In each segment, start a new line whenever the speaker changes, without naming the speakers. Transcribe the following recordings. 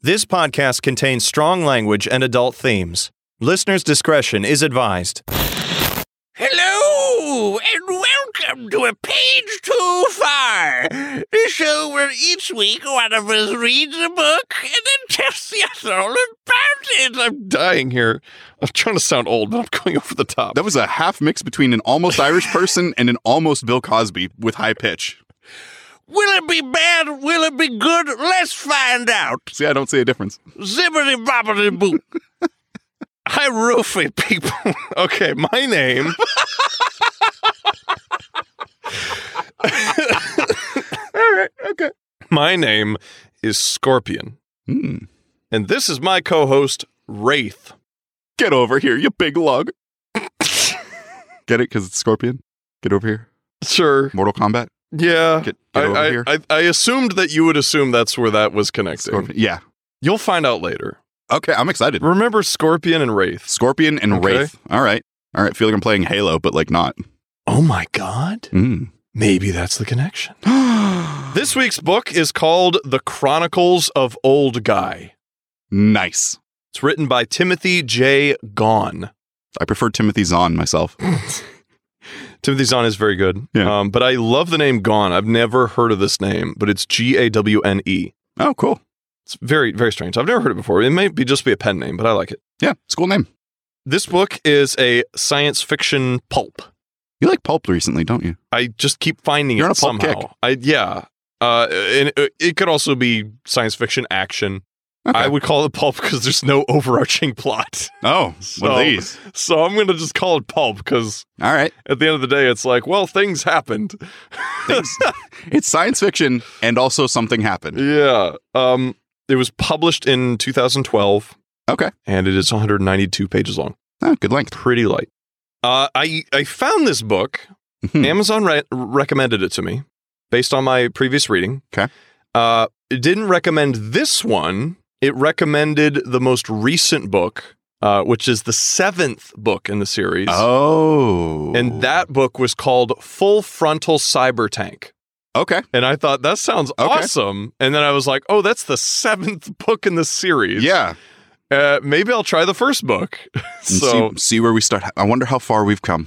This podcast contains strong language and adult themes. Listener's discretion is advised.
Hello, and welcome to A Page Too Far, the show where each week one of us reads a book and then tests the other all about it. I'm
dying here. I'm trying to sound old, but I'm going over the top.
That was a half mix between an almost Irish person and an almost Bill Cosby with high pitch.
Will it be bad? Will it be good? Let's find out.
See, I don't see a difference.
Zibbity bobbity boo.
Hi, roofing people. okay, my name. All right, okay. My name is Scorpion,
Hmm.
and this is my co host, Wraith.
Get over here, you big lug. Get it? Because it's Scorpion? Get over here.
Sure.
Mortal Kombat?
Yeah.
Get,
I,
get over
I-
here.
I, I assumed that you would assume that's where that was connected.
Scorpion. Yeah.
You'll find out later.
Okay, I'm excited.
Remember Scorpion and Wraith.
Scorpion and
Okay.
Wraith. All right. All right. Feel like I'm playing Halo, but like not.
Oh my God.
Mm.
Maybe that's the connection. This week's book is called The Chronicles of Old Guy.
nice.
It's written by Timothy J. Gaughan.
I prefer Timothy Zahn myself.
Timothy Zahn is very good.
Yeah.
Um, but I love the name Gone. I've never heard of this name, but it's G A W N E.
Oh, cool.
It's very, very strange. I've never heard it before. It may be just be a pen name, but I like it.
Yeah, it's a cool name.
This book is a science fiction pulp.
You like pulp recently, don't you?
I just keep finding
You're
it
on a pulp
somehow.
kick.
I yeah. Uh, and it, it could also be science fiction action.
Okay.
I would call it pulp because there's no overarching plot.
oh,
So-
well, these.
So I'm gonna just call it pulp because
All right.
at the end of the day, it's like, well, things happened.
Things- it's science fiction and also something happened.
Yeah. Um, it was published in 2012.
Okay.
And it is 192 pages long.
Oh, good length.
Pretty light. Uh, I I found this book.
Mhm.
Amazon re- recommended it to me based on my previous reading.
Okay.
Uh, it didn't recommend this one. It recommended the most recent book, uh, which is the seventh book in the series.
Oh.
And that book was called Full Frontal Cyber Tank.
Okay.
And I thought that sounds
Okay.
awesome. And then I was like, oh, that's the seventh book in the series.
Yeah.
Uh, maybe I'll try the first book.
And
so,
see, see where we start. I wonder how far we've come.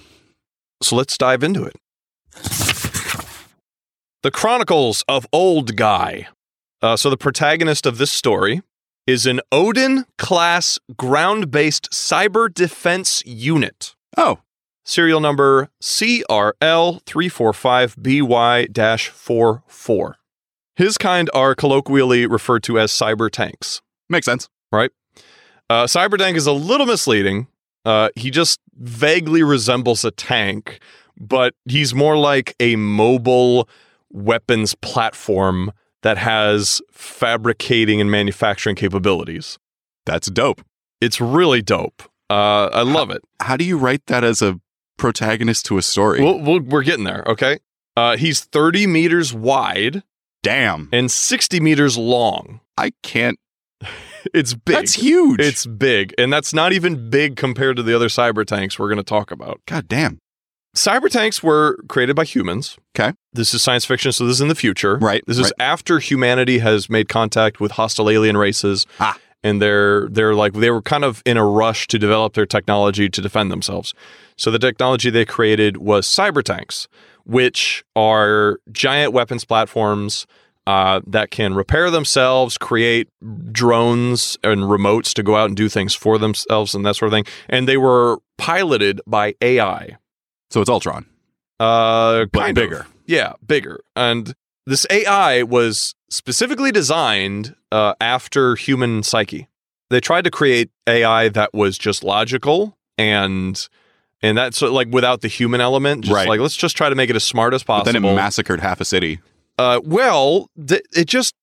so let's dive into it. The Chronicles of Old Guy. Uh, so the protagonist of this story is an Odin class ground based cyber defense unit.
Oh,
Serial number CRL345BY 44. His kind are colloquially referred to as cyber tanks.
makes sense.
Uh, cyber tank is a little misleading. Uh, he just vaguely resembles a tank, but he's more like a mobile weapons platform that has fabricating and manufacturing capabilities.
That's dope.
It's really dope. Uh, I love it.
How do you write that as a protagonist to a story?
We'll, we'll, we're getting there. Okay. Uh, he's 30 meters wide
Damn.
and 60 meters long.
I can't.
It's big.
That's huge.
It's big. And that's not even big compared to the other cyber tanks we're going to talk about.
God damn.
Cyber tanks were created by humans.
'Kay.
This is science fiction, so this is in the future.
Right,
This is
right.
after humanity has made contact with hostile alien races.
Ah.
And they're they're like they were kind of in a rush to develop their technology to defend themselves. So the technology they created was cyber tanks, which are giant weapons platforms uh, that can repair themselves, create drones and remotes to go out and do things for themselves and that sort of thing. And they were piloted by AI.
So it's Ultron.
Uh,
But
kind of.
bigger.
Yeah, bigger. And this AI was specifically designed uh, after human psyche. They tried to create AI that was just logical and and that's uh, like without the human element. Just
Right.
Like let's just try to make it as smart as
But
possible.
then it massacred half a city.
uh, well, th- it just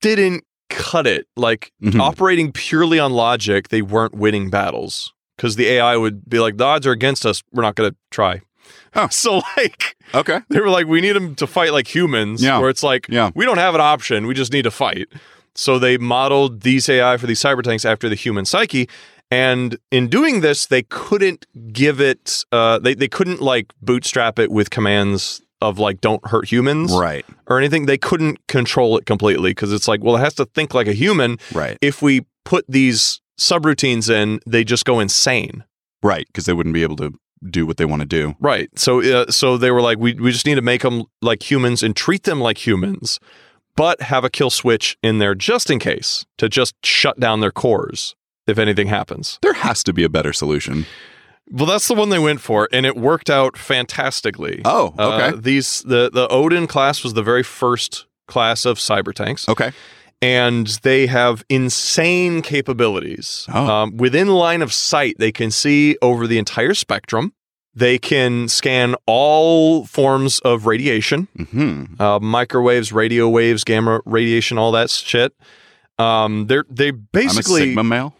didn't cut it. Like
Mhm.
operating purely on logic, they weren't winning battles because the AI would be like, the odds are against us. We're not going to try.
Oh.
So like
Okay.
they were like, we need them to fight like humans.
Yeah.
Where it's like,
Yeah.
we don't have an option. We just need to fight. So they modeled these AI for these cyber tanks after the human psyche. And in doing this, they couldn't give it, uh, they, they couldn't like bootstrap it with commands of like don't hurt humans
Right.
or anything. They couldn't control it completely because it's like, well, it has to think like a human.
Right.
If we put these subroutines in, they just go insane.
Right. Because they wouldn't be able to do what they want to do.
Right. So uh, so they were like, we, we just need to make them like humans and treat them like humans, but have a kill switch in there just in case to just shut down their cores if anything happens.
There has to be a better solution.
Well, that's the one they went for, and it worked out fantastically.
Oh,
Uh,
okay.
these the the Odin class was the very first class of cyber tanks,
okay.
and they have insane capabilities.
Oh.
Um, within line of sight, they can see over the entire spectrum. They can scan all forms of radiation,
Mm-hmm.
uh, microwaves, radio waves, gamma radiation, all that shit. Um, they're they
I'm a
basically
Sigma male.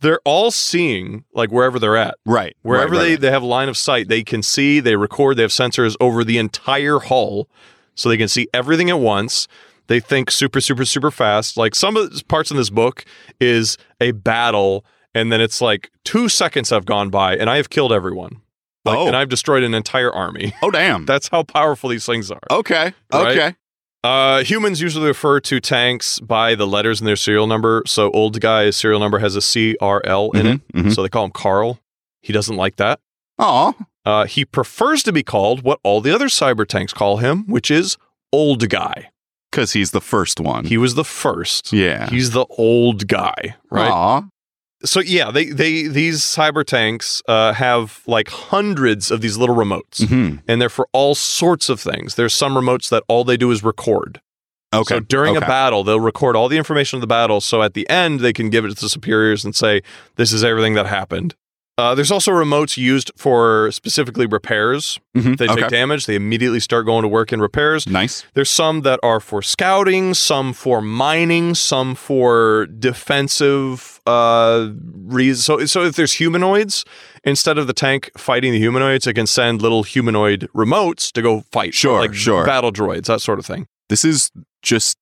they're all seeing like wherever they're at.
Right.
Wherever
right,
they,
right.
they have line of sight, they can see, they record, they have sensors over the entire hull so they can see everything at once. They think super, super, super fast. Like some of the parts in this book is a battle, and then it's like two seconds have gone by, and I have killed everyone. Like,
Oh.
And I've destroyed an entire army.
Oh damn.
That's how powerful these things are.
okay.
Right?
Okay.
Uh, humans usually refer to tanks by the letters in their serial number. So old guy's serial number has a CRL in it.
Mhm, mhm.
So they call him Carl. He doesn't like that.
Aw.
Uh, he prefers to be called what all the other cyber tanks call him, which is old guy.
Because he's the first one.
He was the first.
yeah.
He's the old guy, right?
Aw.
So yeah, they they these cyber tanks uh, have like hundreds of these little remotes,
Mhm.
and they're for all sorts of things. There's some remotes that all they do is record.
Okay.
So during
Okay.
a battle, they'll record all the information of the battle. So at the end, they can give it to the superiors and say, "This is everything that happened." Uh, there's also remotes used for specifically repairs.
Mhm,
If they
okay.
take damage, they immediately start going to work in repairs.
nice.
There's some that are for scouting, some for mining, some for defensive uh, reasons. So, so if there's humanoids, instead of the tank fighting the humanoids, it can send little humanoid remotes to go fight.
Sure,
like
sure.
Battle droids, that sort of thing.
This is just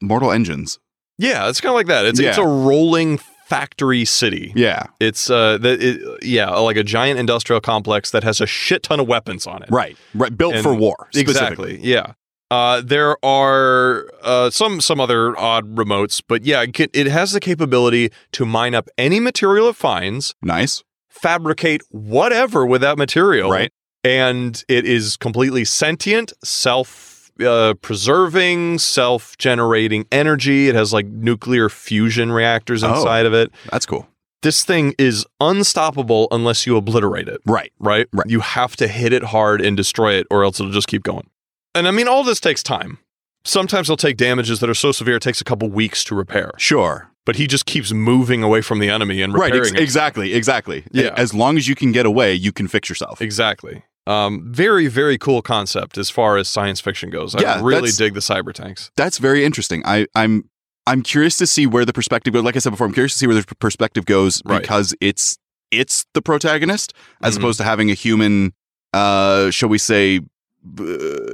Mortal Engines.
Yeah, it's kind of like that. It's it's
Yeah.
a rolling factory city.
Yeah.
It's uh, the, it, yeah, like a giant industrial complex that has a shit ton of weapons on it.
Right. Right. Built
And-
for war. specifically.
Exactly. Yeah. Uh, there are uh, some some other odd remotes, but yeah, it, can- it has the capability to mine up any material it finds,
Nice.
fabricate whatever with that material,
Right.
And it is completely sentient, self uh, preserving, self generating energy. It has like nuclear fusion reactors
Oh.
inside of it.
That's cool.
This thing is unstoppable unless you obliterate it
Right.
right?
Right.
You have to hit it hard and destroy it, or else it'll just keep going. And I mean, all this takes time. Sometimes they'll take damages that are so severe it takes a couple weeks to repair.
Sure.
But he just keeps moving away from the enemy and
Right.
repairing
Ex-
it.
exactly. Exactly.
Yeah.
As long as you can get away, you can fix yourself.
Exactly. Um, very, very cool concept as far as science fiction goes. I
Yeah,
really
that's-
dig the cyber tanks.
That's very interesting. I, I'm I'm curious to see where the perspective goes. Like I said before, I'm curious to see where the perspective goes
Right.
because it's it's the protagonist as
Mhm.
opposed to having a human, uh, shall we say, b-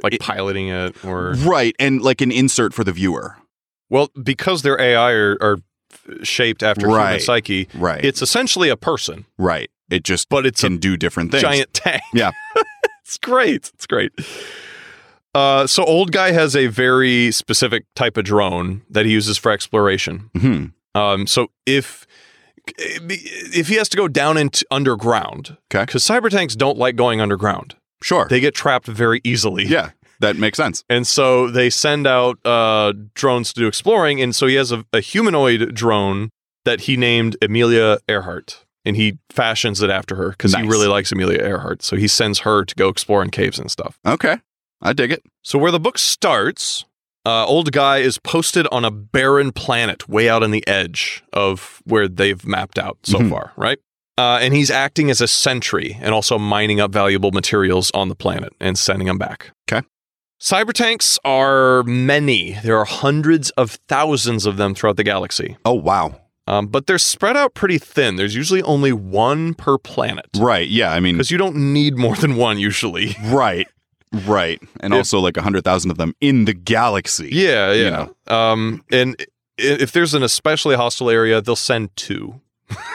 Like piloting it or
right, and like an insert for the viewer.
well, because their AI are, are shaped after human
Right.
psyche,
Right.
it's essentially a person,
right. It just
but it's a
can do different things.
giant tank.
Yeah.
it's great. It's great. Uh, so old guy has a very specific type of drone that he uses for exploration.
Mhm.
Um, so if if he has to go down into underground,
'Kay.
because cyber tanks don't like going underground,
Sure.
they get trapped very easily.
yeah. That makes sense.
And so they send out uh, drones to do exploring. And so he has a, a humanoid drone that he named Amelia Earhart. And he fashions it after her because he
Nice.
really likes Amelia Earhart. So he sends her to go explore in caves and stuff.
Okay. I dig it.
So where the book starts, uh, old guy is posted on a barren planet way out on the edge of where they've mapped out so
Mhm.
far, right? Uh, and he's acting as a sentry and also mining up valuable materials on the planet and sending them back.
'Kay.
Cyber tanks are many. There are hundreds of thousands of them throughout the galaxy,
Oh wow.
um, but they're spread out pretty thin. There's usually only one per planet
Right. Yeah. I mean,
because you don't need more than one usually.
right. Right. And
If-
also like a hundred thousand of them in the galaxy.
Yeah,
you
yeah. Um, and i- if there's an especially hostile area, they'll send two.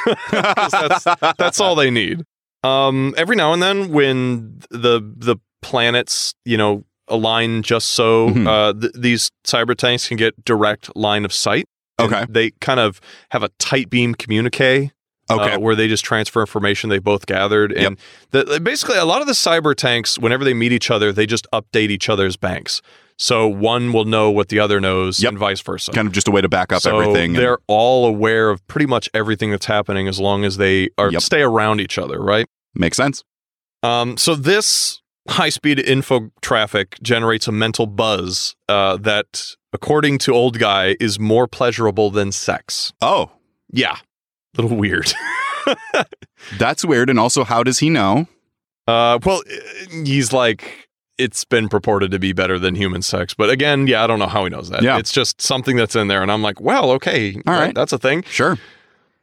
'Cause that's, that's all they need. Um, every now and then, when the the planets, you know, align just so
Mhm.
uh, th- these cyber tanks can get direct line of sight. And
Okay.
They kind of have a tight beam communique
Okay.
uh, where they just transfer information they both gathered. And the, basically, a lot of the cyber tanks, whenever they meet each other, they just update each other's banks. So one will know what the other knows
Yep.
and vice versa.
kind of just a way to back up
so
everything. and-
They're all aware of pretty much everything that's happening as long as they are
Yep.
stay around each other, right?
makes sense.
Um, so this high-speed info traffic generates a mental buzz uh, that, according to old guy, is more pleasurable than sex.
Oh,
Yeah, a little weird.
that's weird. And also, how does he know?
uh, well, he's like. It's been purported to be better than human sex, but again, yeah, I don't know how he knows that.
Yeah.
It's just something that's in there, and I'm like, well, okay,
All
that-
right.
that's a thing.
Sure.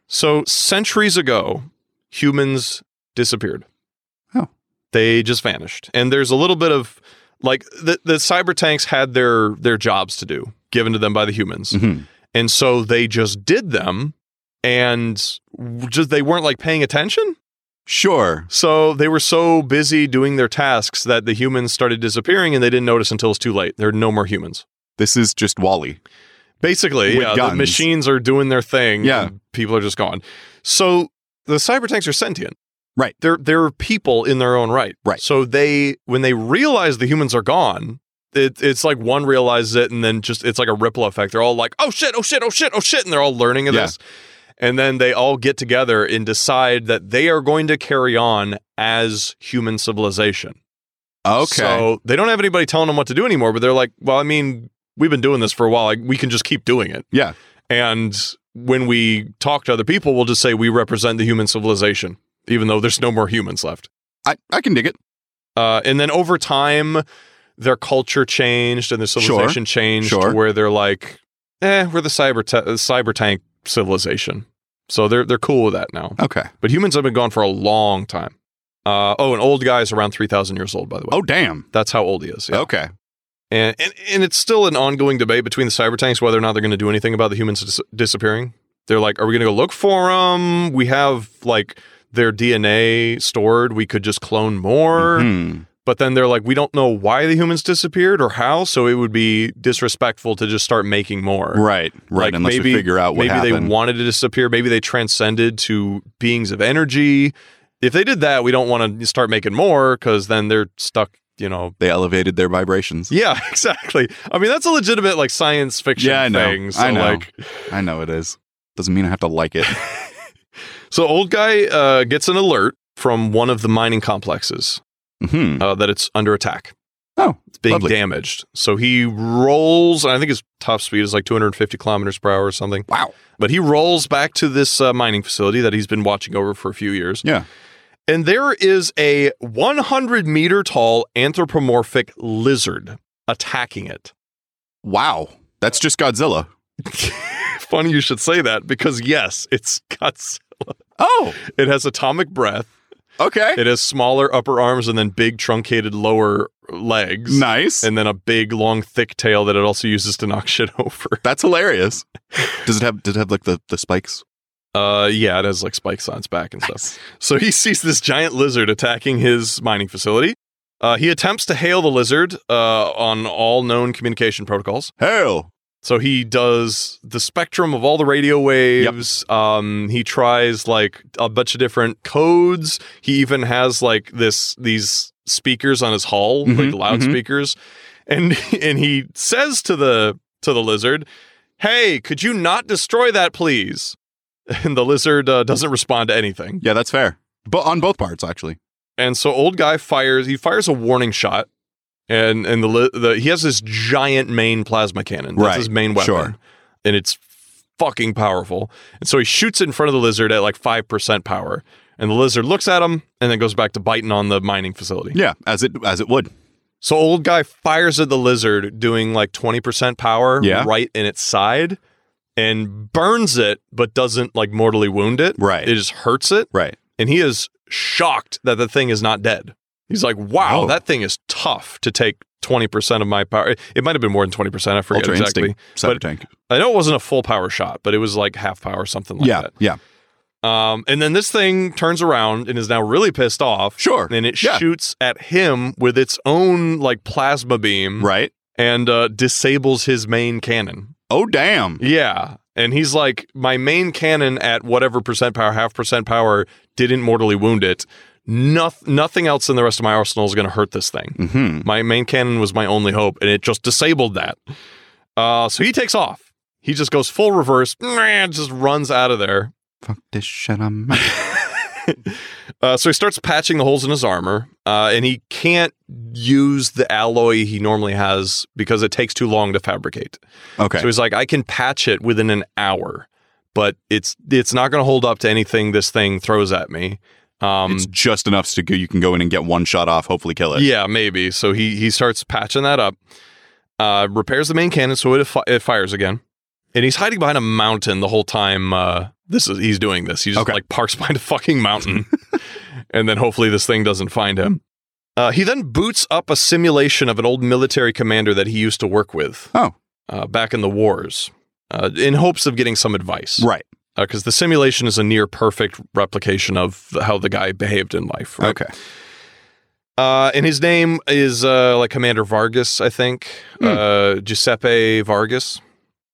So centuries ago, humans disappeared.
Oh.
They just vanished. And there's a little bit of like the, the cyber tanks had their their jobs to do given to them by the humans.
Mhm.
And so they just did them and just they weren't like paying attention.
Sure.
So they were so busy doing their tasks that the humans started disappearing and they didn't notice until it's too late. There are no more humans.
This is just Wally.
Basically,
With
yeah, the
guns.
machines are doing their thing.
Yeah.
and people are just gone. So the cyber tanks are sentient.
Right.
They're they're people in their own right.
Right.
So they when they realize the humans are gone, it, it's like one realizes it and then just it's like a ripple effect. They're all like, oh shit, oh shit, oh shit, oh shit, and they're all learning of
Yeah.
this. And then they all get together and decide that they are going to carry on as human civilization.
Okay.
So they don't have anybody telling them what to do anymore, but they're like, well, I mean, we've been doing this for a while. Like, we can just keep doing it.
Yeah.
And when we talk to other people, we'll just say we represent the human civilization, even though there's no more humans left.
I, I can dig it.
Uh, and then over time, their culture changed and their
Sure.
civilization changed
Sure.
to where they're like, eh, we're the cyber, ta- cyber tank civilization. So they're, they're cool with that now.
Okay.
But humans have been gone for a long time. Uh, oh, an old guy is around 3,000 years old, by the way.
Oh, damn.
That's how old he is. yeah.
Okay.
And, and and it's still an ongoing debate between the cyber tanks whether or not they're going to do anything about the humans dis- disappearing. They're like, are we going to go look for them? We have like their DNA stored. We could just clone more.
Mhm.
But then they're like, we don't know why the humans disappeared or how. So it would be disrespectful to just start making more.
Right. Right.
Like,
Unless
maybe-
we figure out what
Maybe they
happened.
wanted to disappear. Maybe they transcended to beings of energy. If they did that, we don't want to start making more because then they're stuck, you know,
they elevated their vibrations.
yeah, exactly. I mean, that's a legitimate like science fiction
Yeah, I know.
thing. So
I know.
like
I know it is. Doesn't mean I have to like it.
so old guy uh, gets an alert from one of the mining complexes
hmm
uh, that it's under attack.
Oh,
It's being
lovely.
damaged. So he rolls, and I think his top speed is like 250 kilometers per hour or something.
Wow.
But he rolls back to this uh, mining facility that he's been watching over for a few years.
Yeah.
And there is a 100 meter tall anthropomorphic lizard attacking it.
Wow. That's just Godzilla.
Funny you should say that because yes, it's guts.
Oh,
It has atomic breath.
okay.
It has smaller upper arms and then big truncated lower legs.
Nice.
And then a big long thick tail that it also uses to knock shit over.
That's hilarious. Does it have did it have like the, the spikes?
Uh yeah, it has like spikes on its back and stuff. So he sees this giant lizard attacking his mining facility. Uh, he attempts to hail the lizard uh, on all known communication protocols.
Hell.
So he does the spectrum of all the radio waves. Um, he tries like a bunch of different codes. He even has like this these speakers on his hull,
Mhm,
like loudspeakers, and and he says to the to the lizard, "Hey, could you not destroy that, please?" And the lizard uh, doesn't respond to anything.
Yeah, that's fair. But on both parts actually.
And so old guy fires. He fires a warning shot, and and the li- the he has this giant main plasma cannon. That's
Right.
his main weapon.
Sure.
And it's fucking powerful. And so he shoots it in front of the lizard at like five percent power, and the lizard looks at him and then goes back to biting on the mining facility.
Yeah, as it as it would.
So old guy fires at the lizard, doing like twenty percent power,
Yeah.
right in its side, and burns it, but doesn't like mortally wound it.
Right.
It just hurts it
Right.
and he is shocked that the thing is not dead. He's like, "Wow,
Oh.
that thing is tough to take twenty percent of my power. It might have been more than twenty percent. I forget
Ultra
exactly.
instinct cyber tank.
I know it wasn't a full power shot, but it was like half power, something like
yeah,
that."
yeah.
Um, and then this thing turns around and is now really pissed off.
Sure.
And it
Yeah.
shoots at him with its own like plasma beam
Right?
and uh, disables his main cannon.
Oh, damn.
Yeah. And he's like, my main cannon at whatever percent power, half percent power, didn't mortally wound it. Noth- nothing else in the rest of my arsenal is going to hurt this thing.
Mm-hmm.
My main cannon was my only hope, and it just disabled that. Uh, so he takes off. He just goes full reverse, just runs out of there.
Fuck this shit. I'm.
Uh, so he starts patching the holes in his armor, uh, and he can't use the alloy he normally has because it takes too long to fabricate.
Okay.
So he's like, I can patch it within an hour, but it's it's not going to hold up to anything this thing throws at me. Um,
it's just enough so you can go in and get one shot off, hopefully kill it.
yeah, maybe. So he he starts patching that up, uh, repairs the main cannon so it fi- it fires again, and he's hiding behind a mountain the whole time. Uh, this is he's doing this. He just
Okay.
like parks behind a fucking mountain, and then hopefully this thing doesn't find him. Uh, he then boots up a simulation of an old military commander that he used to work with.
Oh.
uh, back in the wars, uh, in hopes of getting some advice.
Right.
Because the simulation is a near perfect replication of how the guy behaved in life. Right?
Okay.
Uh, and his name is uh, like Commander Vargas, I think,
Hmm.
uh, Giuseppe Vargas.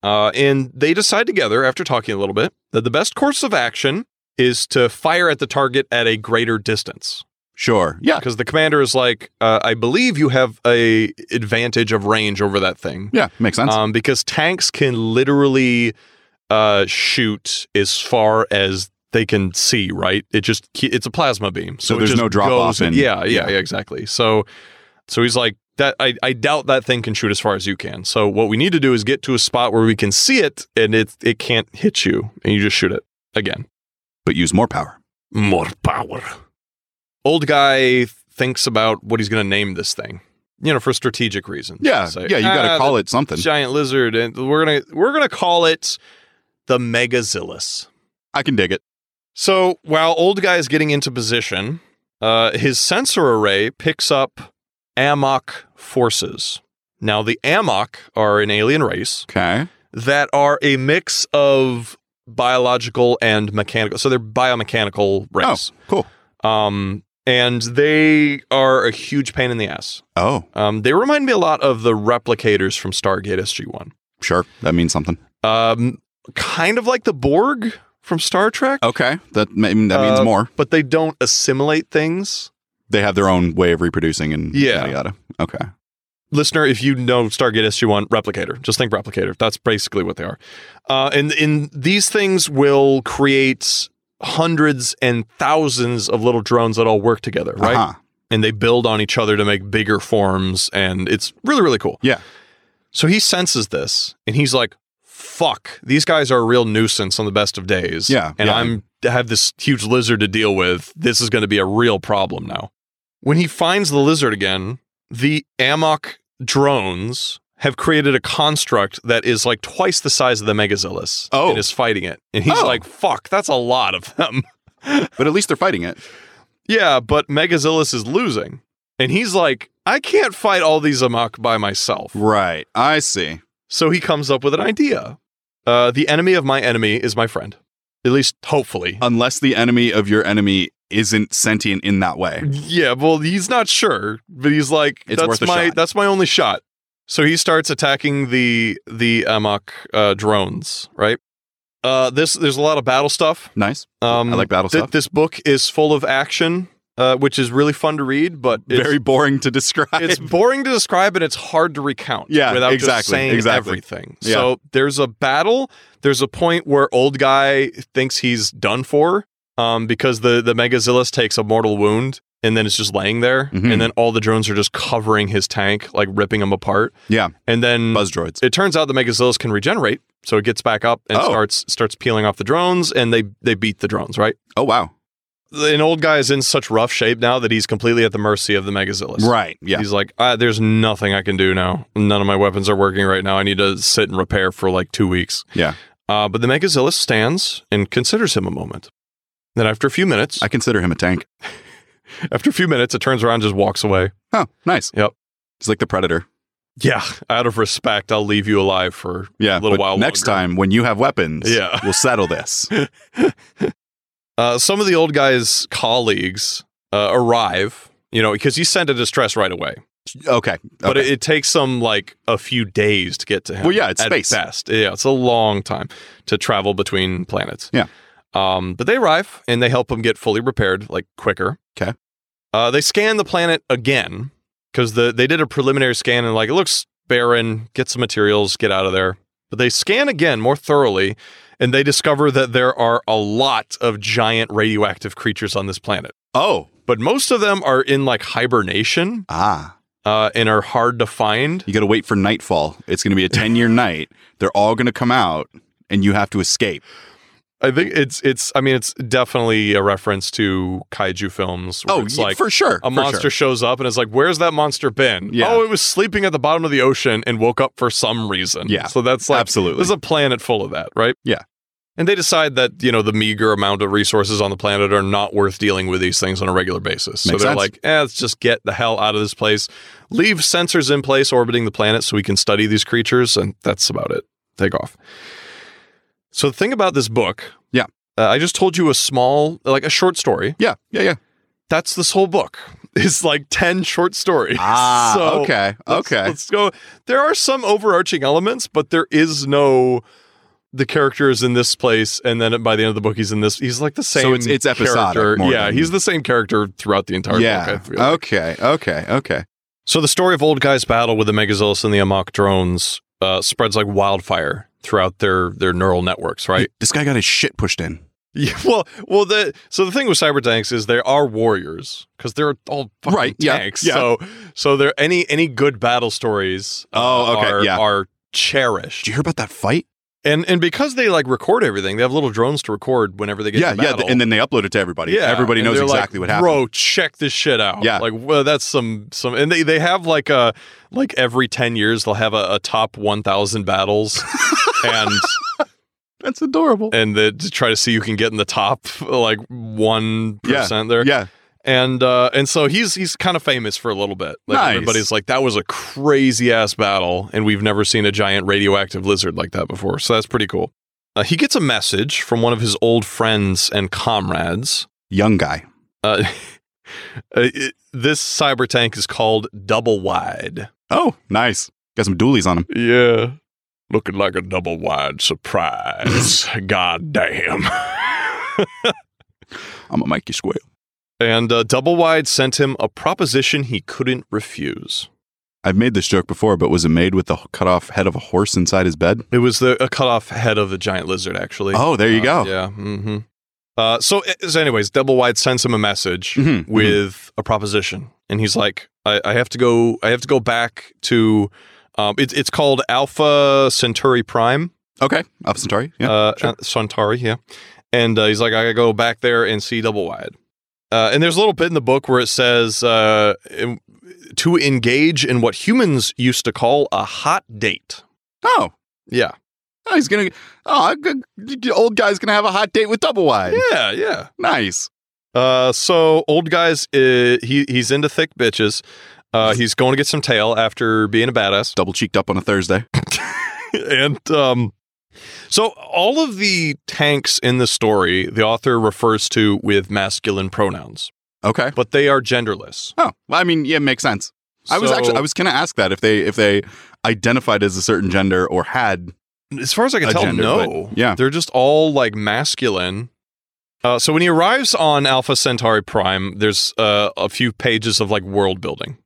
Uh, and they decide together, after talking a little bit, that the best course of action is to fire at the target at a greater distance.
Sure. Yeah.
Because the commander is like, uh, I believe you have a advantage of range over that thing.
Yeah. Makes sense.
Um, because tanks can literally uh, shoot as far as they can see, right? It just it's a plasma beam, so,
So
it
there's
just
no drop off
goes in-
in-
Yeah, yeah,
yeah.
yeah, exactly. So, so he's like that. I, I doubt that thing can shoot as far as you can. So what we need to do is get to a spot where we can see it, and it it can't hit you, and you just shoot it again.
but use more power.
More power. Old guy thinks about what he's going to name this thing. You know, for strategic reasons.
Yeah.
Say,
yeah. You got to
"Ah,
call it something.
giant lizard, and we're gonna we're gonna call it the Megazillus.
I can dig it.
So while old guy is getting into position, uh, his sensor array picks up Amok forces. Now the Amok are an alien race
Okay.
that are a mix of biological and mechanical. So they're biomechanical race.
Oh, Cool.
Um, and they are a huge pain in the ass.
Oh,
Um, they remind me a lot of the replicators from Stargate SG-1.
sure. That means something.
um, kind of like the Borg from Star Trek,
Okay. That ma- that means
Uh,
more.
but they don't assimilate things.
They have their own way of reproducing and
Yeah.
yada yada. Okay.
Listener, if you know Stargate SG-1, replicator. Just think replicator. That's basically what they are. Uh, and in these things will create hundreds and thousands of little drones that all work together, right?
Uh-huh.
and they build on each other to make bigger forms and it's really really cool
Yeah.
so he senses this and he's like fuck these guys are a real nuisance on the best of days
Yeah,
and
yeah.
i'm I have this huge lizard to deal with this is going to be a real problem now when he finds the lizard again the amok drones have created a construct that is like twice the size of the megazillus
Oh.
and is fighting it and he's
Oh.
like fuck that's a lot of them
But at least they're fighting it.
yeah, but Megazillus is losing. And he's like, I can't fight all these Amok by myself.
Right. I see.
So he comes up with an idea. Uh, the enemy of my enemy is my friend. At least, hopefully.
Unless the enemy of your enemy isn't sentient in that way.
yeah, well, he's not sure, but he's like,
It's
that's
worth a
my
shot."
that's my only shot. So he starts attacking the the Amok uh, drones, right? Uh, this there's a lot of battle stuff.
Nice.
Um,
I like battle
thi-
stuff.
This book is full of action, uh, which is really fun to read, but it's,
Very boring to describe.
it's boring to describe and it's hard to recount
Yeah,
without just
exactly,
saying
exactly.
everything. So there's a battle. There's a point where old guy thinks he's done for um, because the, the Megazillus takes a mortal wound and then it's just laying there.
Mhm.
And then all the drones are just covering his tank, like ripping him apart.
Yeah.
And then
Buzz droids.
it turns out the Megazillus can regenerate. So it gets back up and
Oh.
starts starts peeling off the drones and they, they beat the drones, right?
oh wow.
An old guy is in such rough shape now that he's completely at the mercy of the Megazillus.
Right. Yeah.
He's like, uh, there's nothing I can do now. None of my weapons are working right now. I need to sit and repair for like two weeks.
Yeah.
Uh, but the Megazillus stands and considers him a moment. Then after a few minutes,
I consider him a tank.
after a few minutes, it turns around and just walks away.
Oh, nice.
Yep.
He's like the predator.
Yeah. Out of respect, I'll leave you alive for
Yeah.
Little
but
while
Next
longer.
time when you have weapons,
Yeah.
we'll settle this.
Uh, some of the old guy's colleagues uh, arrive, you know, because he sent a distress right away.
Okay.
But
okay.
it, it takes some like a few days to get to him.
Well, yeah, it's
at
space.
Best. Yeah, it's a long time to travel between planets.
Yeah.
Um, but they arrive and they help him get fully repaired, like quicker.
'Kay.
Uh, they scan the planet again because the they did a preliminary scan and like it looks barren. Get some materials, get out of there. But they scan again more thoroughly, and they discover that there are a lot of giant radioactive creatures on this planet.
oh,
But most of them are in like hibernation
ah.
uh, and are hard to find.
You got to wait for nightfall. It's going to be a 10 year night. They're all going to come out and you have to escape.
I think it's it's. I mean, it's definitely a reference to kaiju films. Where
Oh,
it's
y-
like
for sure.
a
for
monster
sure.
shows up and it's like, "Where's that monster been?
Yeah.
Oh, it was sleeping at the bottom of the ocean and woke up for some reason.
Yeah.
So that's like
Absolutely.
There's a planet full of that, right?
Yeah.
And they decide that you know the meager amount of resources on the planet are not worth dealing with these things on a regular basis. so
Makes
they're
sense.
like, eh, let's just get the hell out of this place. Leave sensors in place orbiting the planet so we can study these creatures, and that's about it. Take off. So the thing about this book,
Yeah.
uh, I just told you a small, like a short story.
Yeah. Yeah. Yeah.
That's this whole book. It's like ten short stories.
Ah.
So
okay.
let's-
Okay.
Let's go. There are some overarching elements, but there is no. The character is in this place, and then by the end of the book, he's in this. He's like the
So
same.
it's- it's episodic
character.
more
Yeah,
than-
he's the same character throughout the entire book.
yeah.
I feel like.
Okay. Okay. Okay.
So the story of Old Guy's battle with the Megazillus and the Amok drones uh, spreads like wildfire throughout their their neural networks, right?
This guy got his shit pushed in.
Yeah, well, well, the so the thing with cyber tanks is they are warriors because they're all fucking
Right, yeah,
tanks.
yeah.
So, so there any any good battle stories. uh,
Oh, okay,
are,
yeah.
are cherished
Did you hear about that fight?
and and because they like record everything, they have little drones to record whenever they get
Yeah.
to
Yeah.
battle.
And then they upload it to everybody.
yeah,
Everybody
and
knows
they're like,
exactly what happened.
Bro, check this shit out.
Yeah.
like well, that's some some, and they they have like a like every ten years they'll have a, a top one thousand battles, and
That's adorable.
and the, to try to see who can get in the top like one there.
Yeah.
And uh, and so he's he's kind of famous for a little bit. Like
Nice.
everybody's like, that was a crazy ass battle, and we've never seen a giant radioactive lizard like that before. So that's pretty cool. Uh, he gets a message from one of his old friends and comrades.
Young guy.
Uh, uh, it- this cyber tank is called Double Wide.
Oh, nice. Got some doolies on him.
Yeah, looking like a double wide surprise. God damn.
I'm a Mikey Square.
and uh, Double Wide sent him a proposition he couldn't refuse.
I've made this joke before, but was it made with the cut off head of a horse inside his bed?
It was the a cut off head of the giant lizard, actually.
Oh, there you
Uh,
go.
Yeah. hmm Uh, so, so, anyways, Double Wide sends him a message
Mhm,
with a proposition, and he's like, I, "I have to go. I have to go back to. Um, it's it's called Alpha Centauri Prime,
Okay. Alpha Centauri. Yeah.
uh, uh, Centauri, yeah." And uh, he's like, "I gotta go back there and see Double Wide." Uh, and there's a little bit in the book where it says uh, em- to engage in what humans used to call a hot date.
oh.
Yeah.
Oh, he's gonna. Oh, good- the old guy's gonna have a hot date with Double Wide.
Yeah, yeah.
Nice.
Uh, so old guys, uh, he he's into thick bitches. Uh, he's going to get some tail after being a badass,
Double cheeked up on a Thursday.
and um, so all of the tanks in the story, the author refers to with masculine pronouns,
Okay.
but they are genderless.
Oh, well, I mean, yeah, makes sense. I was
So-
actually I was gonna ask that if they if they identified as a certain gender or had.
as far as I can
a
tell,
gender,
no.
but- yeah.
They're just all like masculine. Uh, so when he arrives on Alpha Centauri Prime, there's uh, a few pages of like world building.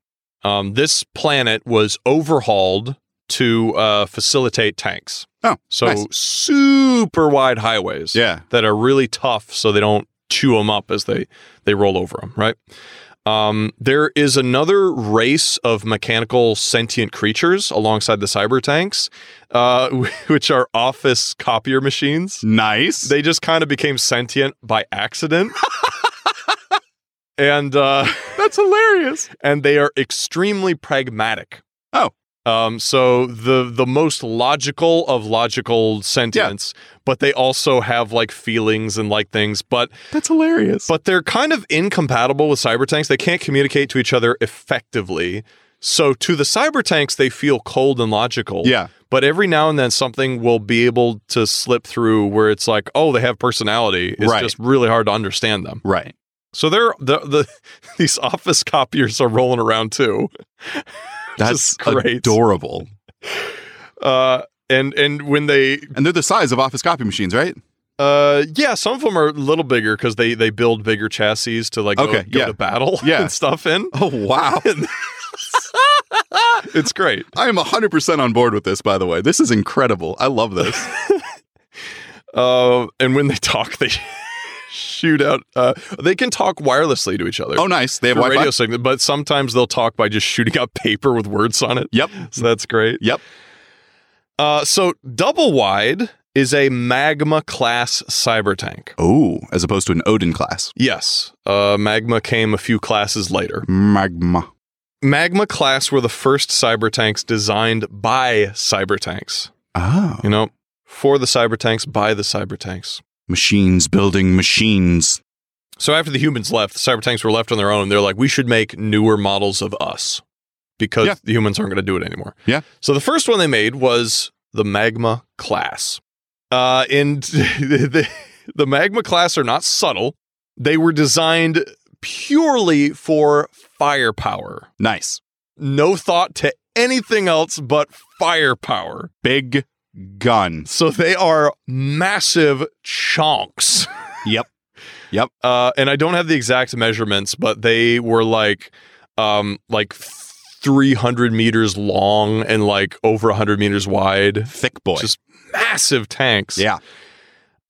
Um, this planet was overhauled to uh, facilitate tanks.
Oh,
So
nice.
super wide highways
Yeah.
that are really tough so they don't chew them up as they they roll over them right um, there is another race of mechanical sentient creatures alongside the cyber tanks uh, which are office copier machines
Nice.
they just kind of became sentient by accident and uh,
That's hilarious.
and they are extremely pragmatic
Oh.
um, so the the most logical of logical sentience, but they also have like feelings and like things, but
That's hilarious.
but they're kind of incompatible with cyber tanks. They can't communicate to each other effectively. So to the cyber tanks, they feel cold and logical.
Yeah.
But every now and then something will be able to slip through where it's like, oh, they have personality. It's
Right.
just really hard to understand them.
Right.
So they're the, the these office copiers are rolling around too.
That's
Just great.
adorable.
Uh and and when they
And they're the size of office copy machines, right?
uh yeah, some of them are a little bigger because they they build bigger chassis to like go,
Okay,
go
yeah.
to battle
Yeah.
and stuff in.
Oh, wow.
It's great.
I am 100% on board with this, by the way. This is incredible. I love this.
Uh, and when they talk, they shoot out. Uh, they can talk wirelessly to each other.
Oh, nice. They have
through
Wi
radio
Fi.
signal, but sometimes they'll talk by just shooting out paper with words on it.
Yep.
So that's great.
Yep.
Uh, so double wide is a magma class cyber tank.
Oh, as opposed to an Odin class.
Yes, uh, magma came a few classes later.
Magma.
Magma class were the first cyber tanks designed by cyber tanks.
Oh.
You know, for the cyber tanks, by the cyber tanks.
Machines building machines.
So after the humans left, the cyber tanks were left on their own. They're like, we should make newer models of us because
Yeah.
the humans aren't going to do it anymore.
Yeah.
So the first one they made was the Magma class. Uh, and the, the Magma class are not subtle. They were designed purely for firepower.
Nice.
No thought to anything else but firepower.
Big guns.
So they are massive chunks.
Yep.
uh, and I don't have the exact measurements, but they were like, um, like 300 meters long and like over 100 meters wide.
Thick boy.
Just massive tanks.
Yeah.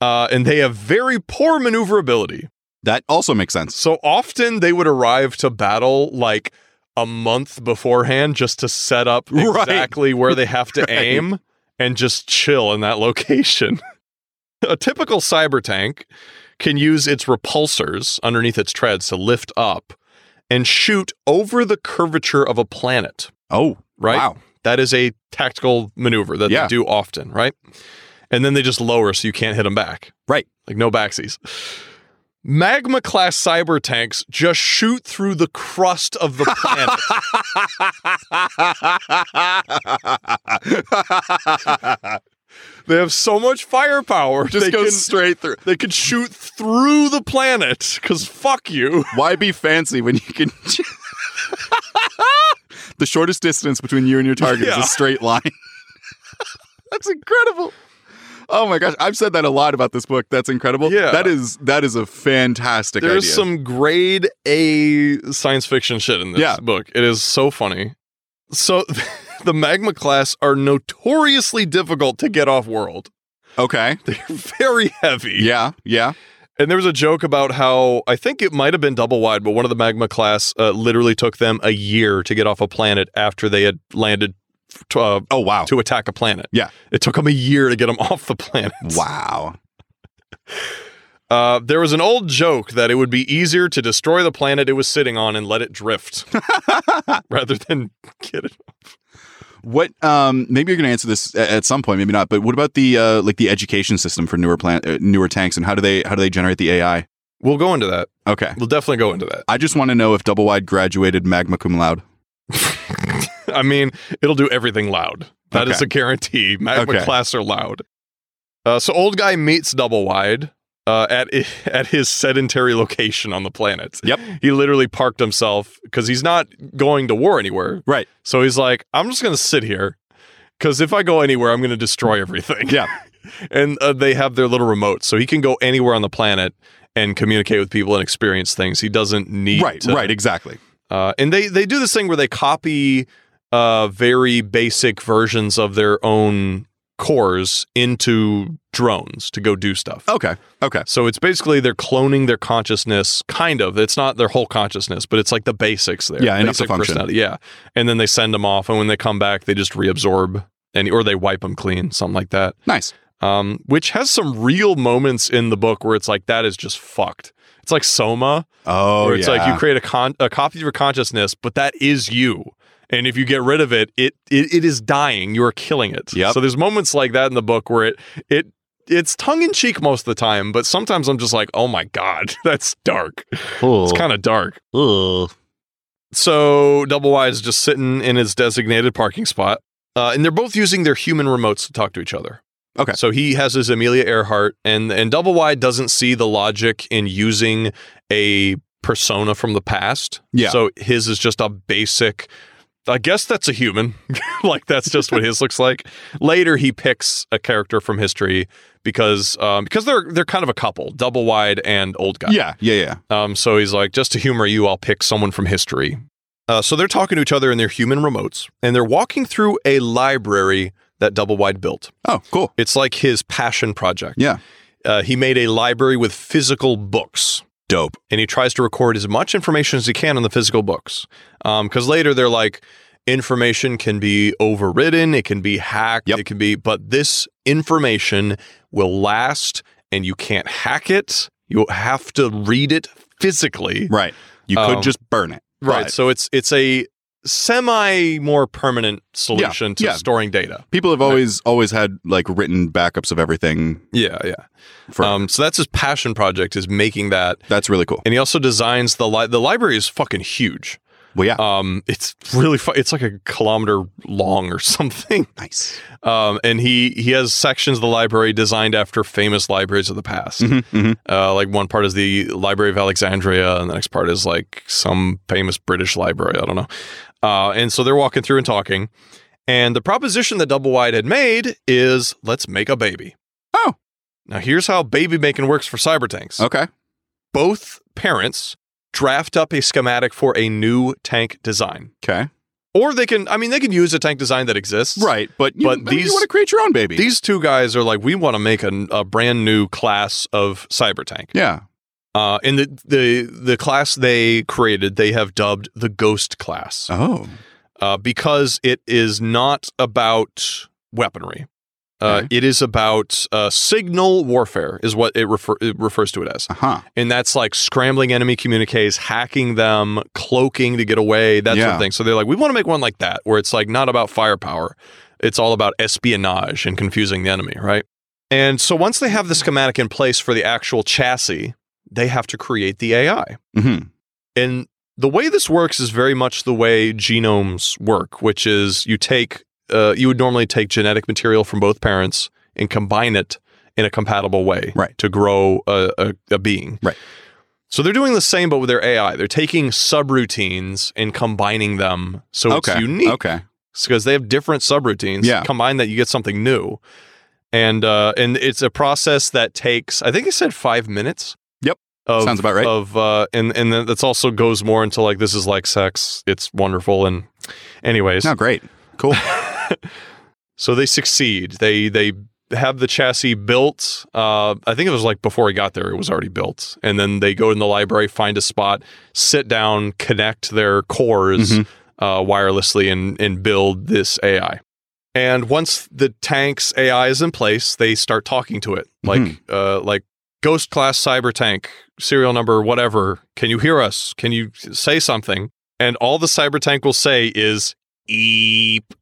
Uh, and they have very poor maneuverability.
That also makes sense.
So often they would arrive to battle like a month beforehand just to set up
Right.
exactly where they have to aim and just chill in that location. a typical cyber tank can use its repulsors underneath its treads to lift up and shoot over the curvature of a planet,
Oh,
right?
wow.
That is a tactical maneuver that
Yeah.
they do often, right? And then they just lower so you can't hit them back.
Right.
Like no backsies. Magma class cyber tanks just shoot through the crust of the planet. they have so much firepower.
Just
they
goes
can,
straight through.
they could shoot through the planet. Cause fuck you.
Why be fancy when you can? the shortest distance between you and your target
Yeah.
is a straight line. That's incredible. Oh my gosh, I've said that a lot about this book. That's incredible.
Yeah.
that is that is a fantastic
There's
idea.
some grade A science fiction shit in this
Yeah.
book. It is so funny. So the magma class are notoriously difficult to get off world.
okay,
They're very heavy.
yeah, yeah.
And there was a joke about how I think it might have been double wide, but one of the magma class uh, literally took them a year to get off a planet after they had landed to, uh,
Oh wow,
to attack a planet.
Yeah.
It took them a year to get them off the planet.
wow.
Uh, there was an old joke that it would be easier to destroy the planet it was sitting on and let it drift rather than get it.
What? Um, maybe you're going to answer this a- at some point, maybe not. But what about the uh, like the education system for newer plant, uh, newer tanks, and how do they how do they generate the AI?
We'll go into that.
Okay,
We'll definitely go into that.
I just want to know if Double Wide graduated magma cum laude.
I mean, it'll do everything loud. That is
Okay.
a guarantee. Magma
Okay.
class are loud. Uh, so old guy meets double wide uh, at at his sedentary location on the planet.
Yep.
He literally parked himself because he's not going to war anywhere.
Right.
So he's like, I'm just gonna sit here because if I go anywhere, I'm gonna destroy everything.
Yeah.
and uh, they have their little remotes, so he can go anywhere on the planet and communicate with people and experience things. He doesn't need
Right,
to
right, exactly.
uh, and they they do this thing where they copy uh, very basic versions of their own cores into drones to go do stuff.
Okay, okay,
So it's basically they're cloning their consciousness, kind of. It's not their whole consciousness, but it's like the basics there.
Yeah, enough to
Basic
function.
personality, Yeah, and then they send them off, and when they come back, they just reabsorb and or they wipe them clean, something like that
nice.
um, which has some real moments in the book where it's like that is just fucked. It's like Soma,
Oh,
where it's
yeah.
like you create a con- a copy of your consciousness, but that is you. And if you get rid of it, it it, it is dying. You are killing it.
Yep.
So there's moments like that in the book where it it it's tongue in cheek most of the time, but sometimes I'm just like, oh my god, that's dark. It's kind of dark. So Double Y is just sitting in his designated parking spot, uh, and they're both using their human remotes to talk to each other.
Okay.
So he has his Amelia Earhart, and and Double Y doesn't see the logic in using a persona from the past.
Yeah.
So his is just a basic. I guess that's a human. like that's just what his looks like. Later, he picks a character from history because um, because they're they're kind of a couple, double wide and old guy.
Yeah, yeah, yeah.
Um, so he's like, just to humor you, I'll pick someone from history. Uh, so they're talking to each other in their human remotes, and they're walking through a library that Double Wide built.
Oh, cool.
It's like his passion project.
Yeah.
Uh, he made a library with physical books,
Dope.
and he tries to record as much information as he can on the physical books. Because later they're like, information can be overridden, it can be hacked,
Yep.
it can be, but this information will last, and you can't hack it. You have to read it physically.
Right. You could
Um,
just burn it.
Right.
But
So it's it's a semi more permanent solution to
yeah.
storing data.
people have always always had like written backups of everything.
Yeah, yeah.
For
Um, so that's his passion project is making that,
that's really cool.
and he also designs the li- the library is fucking huge.
Well, yeah.
Um, it's really fu- it's like a kilometer long or something.
Oh, nice.
Um, and he he has sections of the library designed after famous libraries of the past.
hmm hmm
Uh, like one part is the Library of Alexandria, and the next part is like some famous British library. I don't know. Uh, and so they're walking through and talking. And the proposition that Double Wide had made is let's make a baby.
Oh.
Now, here's how baby making works for cyber tanks.
Okay.
Both parents draft up a schematic for a new tank design.
Okay.
Or they can, I mean, they can use a tank design that exists.
Right. But you,
But
I mean,
these-
you want to create your own baby.
These two guys are like, we want to make a, a brand new class of cyber tank.
yeah.
Uh, and the, the the class they created, they have dubbed the Ghost class
Oh.
uh, because it is not about weaponry. Uh,
Okay.
It is about uh, signal warfare, is what it, refer- it refers to it as,
Uh huh.
and that's like scrambling enemy communiques, hacking them, cloaking to get away, that sort
Yeah.
of thing. So they're like, we want to make one like that, where it's like not about firepower, it's all about espionage and confusing the enemy, right? And so once they have the schematic in place for the actual chassis, they have to create the AI.
hmm
And the way this works is very much the way genomes work, which is you take, uh, you would normally take genetic material from both parents and combine it in a compatible way
Right.
to grow a, a, a being.
Right.
So they're doing the same, but with their AI. They're taking subroutines and combining them so
Okay.
it's unique
Okay.
because they have different subroutines.
Yeah.
Combine that, you get something new. And uh, and it's a process that takes, I think it said five minutes.
Yep.
Of,
Sounds about right.
Of uh, and and then that's also goes more into like this is like sex. It's wonderful. And anyways,
No, great. Cool.
so they succeed. They they have the chassis built. Uh, I think it was like before he got there, it was already built. And then they go in the library, find a spot, sit down, connect their cores
Mhm.
uh, wirelessly, and and build this AI. And once the tank's AI is in place, they start talking to it like
Mhm.
uh, like ghost class cyber tank serial number whatever. Can you hear us? Can you say something? And all the cyber tank will say is "E eep.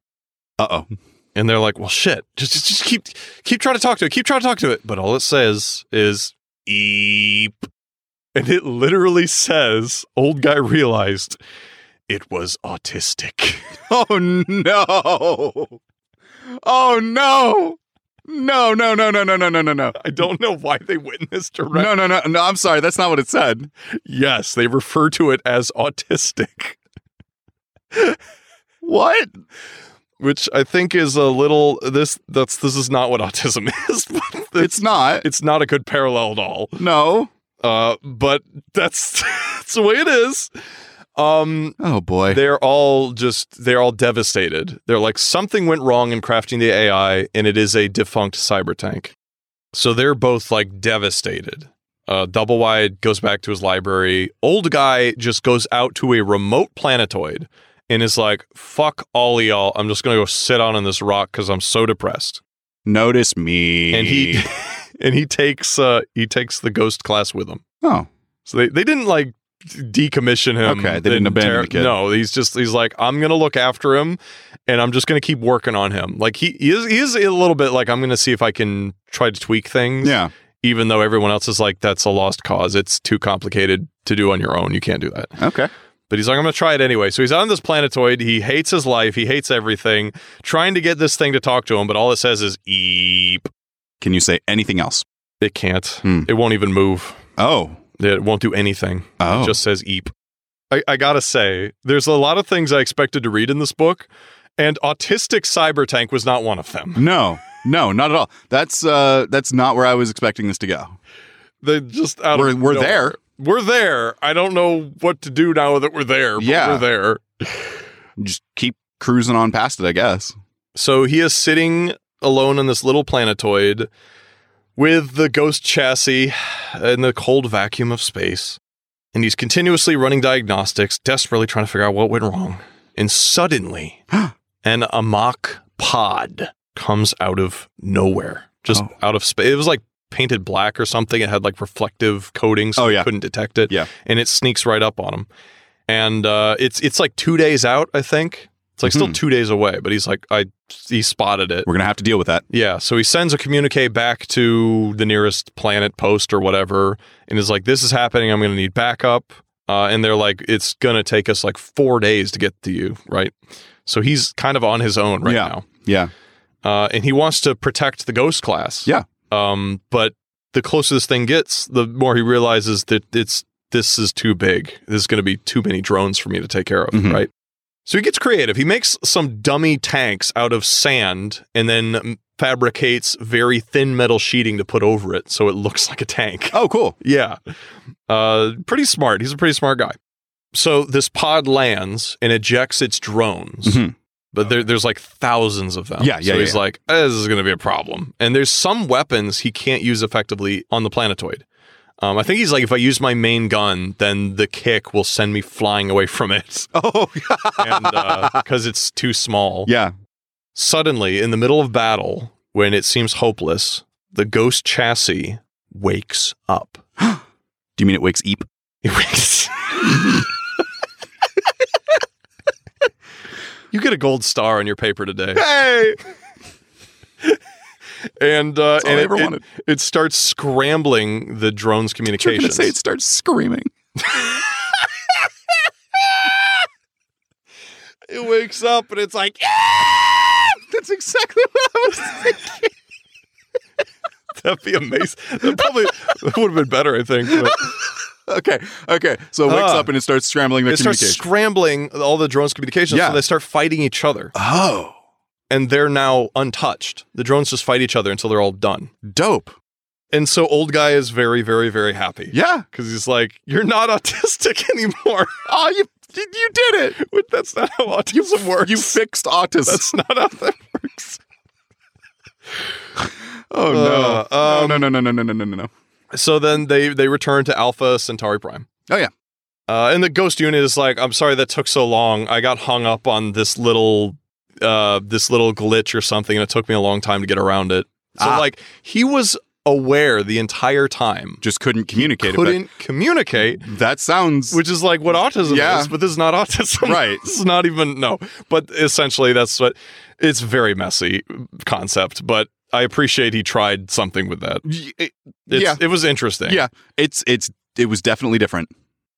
Uh oh.
And they're like, "Well, shit. Just, just, just keep, keep trying to talk to it. Keep trying to talk to it." But all it says is "eep," and it literally says, "Old guy realized it was autistic."
Oh no. Oh no. No, no, no, no, no, no, no, no, no.
I don't know why they went in this direction.
No, no, no, no. I'm sorry. That's not what it said.
Yes, they refer to it as autistic,
What?
which I think is a little. This that's this is not what autism is. but it's
It's not.
it's not a good parallel at all.
No.
Uh, but that's that's the way it is. Um,
Oh boy.
they're all just they're all devastated. They're like something went wrong in crafting the AI, and it is a defunct cyber tank. So they're both like devastated. Uh, Double Wide goes back to his library. Old guy just goes out to a remote planetoid and is like, "Fuck all of y'all! I'm just gonna go sit on in this rock because I'm so depressed."
Notice me.
And he and he takes uh, he takes the ghost class with him.
Oh.
So they, they didn't like decommission him.
Okay, they
and
didn't abandon the kid.
No, he's just he's like I'm gonna look after him, and I'm just gonna keep working on him. Like he, he is he is a little bit like I'm gonna see if I can try to tweak things.
Yeah.
Even though everyone else is like that's a lost cause. It's too complicated to do on your own. You can't do that.
Okay.
But But he's like, I'm going to try it anyway. So he's on this planetoid. He hates his life. He hates everything. Trying to get this thing to talk to him, but all it says is eep.
Can you say anything else?
It can't.
Hmm.
It won't even move.
Oh,
It won't do anything.
oh,
just says eep. I, I gotta say, there's a lot of things I expected to read in this book, and autistic cyber tank was not one of them.
no, no, not at all. That's uh, that's not where I was expecting this to go.
They just out of
We're- we're
nowhere.
there.
We're there. I don't know what to do now that we're there. But
Yeah.
we're there.
Just keep cruising on past it, I guess.
So he is sitting alone on this little planetoid with the ghost chassis in the cold vacuum of space. And he's continuously running diagnostics, desperately trying to figure out what went wrong. And suddenly, an Amok pod comes out of nowhere, just
Oh.
out of space. It was like painted black or something. It had like reflective coating, so
Oh,
you
yeah.
couldn't detect it.
Yeah.
And it sneaks right up on him. And uh, it's it's like two days out, I think. It's like still
Mhm.
two days away, but he's like, I he spotted it.
We're gonna have to deal with that.
Yeah, so he sends a communique back to the nearest planet post or whatever, and is like, "This is happening. I'm going to need backup." Uh, and they're like, "It's going to take us like four days to get to you, right?" So he's kind of on his own right
Yeah.
now,
Yeah,
uh, and he wants to protect the ghost class.
Yeah.
Um, but the closer this thing gets, the more he realizes that it's this is too big. This is going to be too many drones for me to take care of,
Mhm.
right? So he gets creative. He makes some dummy tanks out of sand and then um, fabricates very thin metal sheeting to put over it so it looks like a tank.
Oh, cool.
Yeah. Uh, pretty smart. He's a pretty smart guy. So this pod lands and ejects its drones.
Mhm.
But there, there's like thousands of them.
Yeah, yeah,
So he's
yeah.
like, eh, this is going to be a problem. And there's some weapons he can't use effectively on the planetoid. Um, I think he's like, if I use my main gun, then the kick will send me flying away from it
Oh,
because it's too small.
yeah.
Suddenly, in the middle of battle, when it seems hopeless, the ghost chassis wakes up.
Do you mean it wakes eep?
It wakes. you get a gold star on your paper today,
Hey,
and uh,
That's all
and
I
it,
ever
it-
wanted.
it starts scrambling the drone's
You're gonna
communications.
say it starts screaming.
it wakes up and it's like
That's exactly what I was thinking.
that'd be amazing. That probably that would have been better, I think. but-
Okay, okay. So it wakes
Ah.
up and it starts scrambling their
it starts
communication.
scrambling all the drones' communications,
Yeah.
so they start fighting each other,
oh,
and they're now untouched. The drones just fight each other until they're all done.
dope.
And so, old guy is very, very, very happy.
Yeah.
because he's like, "You're not autistic anymore."
Oh, you you you did it.
Wait, That's not how autism works.
You fixed autism.
That's not how that works.
oh no.
Uh, um,
no. No no no no no no no no.
So then they they return to Alpha Centauri Prime.
Oh, yeah.
Uh, and the ghost unit is like, "I'm sorry that took so long. I got hung up on this little uh this little glitch or something, and it took me a long time to get around it." So
Ah.
like he was aware the entire time,
Just couldn't communicate. but
couldn't communicate.
That sounds
which is like what autism
Yeah.
is, but this is not autism.
Right.
this is not even no. But essentially, that's what it's very messy concept. But I appreciate he tried something with that.
Y- it-
It's,
Yeah.
it was interesting.
Yeah. it's it's it was definitely different.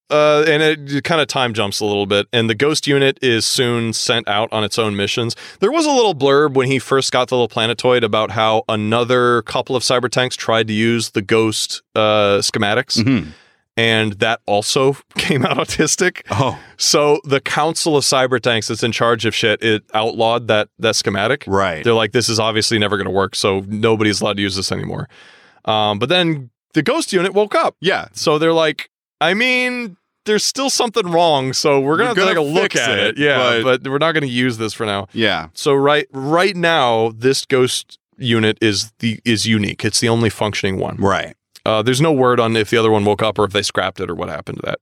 uh, and it kind of time jumps a little bit. And the ghost unit is soon sent out on its own missions. There was a little blurb when he first got the little planetoid about how another couple of cyber tanks tried to use the ghost uh, schematics,
Mhm.
and that also came out autistic.
Oh,
So the Council of Cyber Tanks that's in charge of shit, it outlawed that that schematic.
right.
They're like, this is obviously never going to work, so nobody's allowed to use this anymore. Um, but then the Ghost Unit woke up,
yeah,
so they're like, I mean, there's still something wrong, so we're gonna,
We're
have to
gonna
take a look
fix
at it,
it,
yeah. But, we're not going to use this for now.
yeah.
So right right now, this Ghost Unit is the is unique. It's the only functioning one.
Right.
Uh, there's no word on if the other one woke up or if they scrapped it or what happened to that.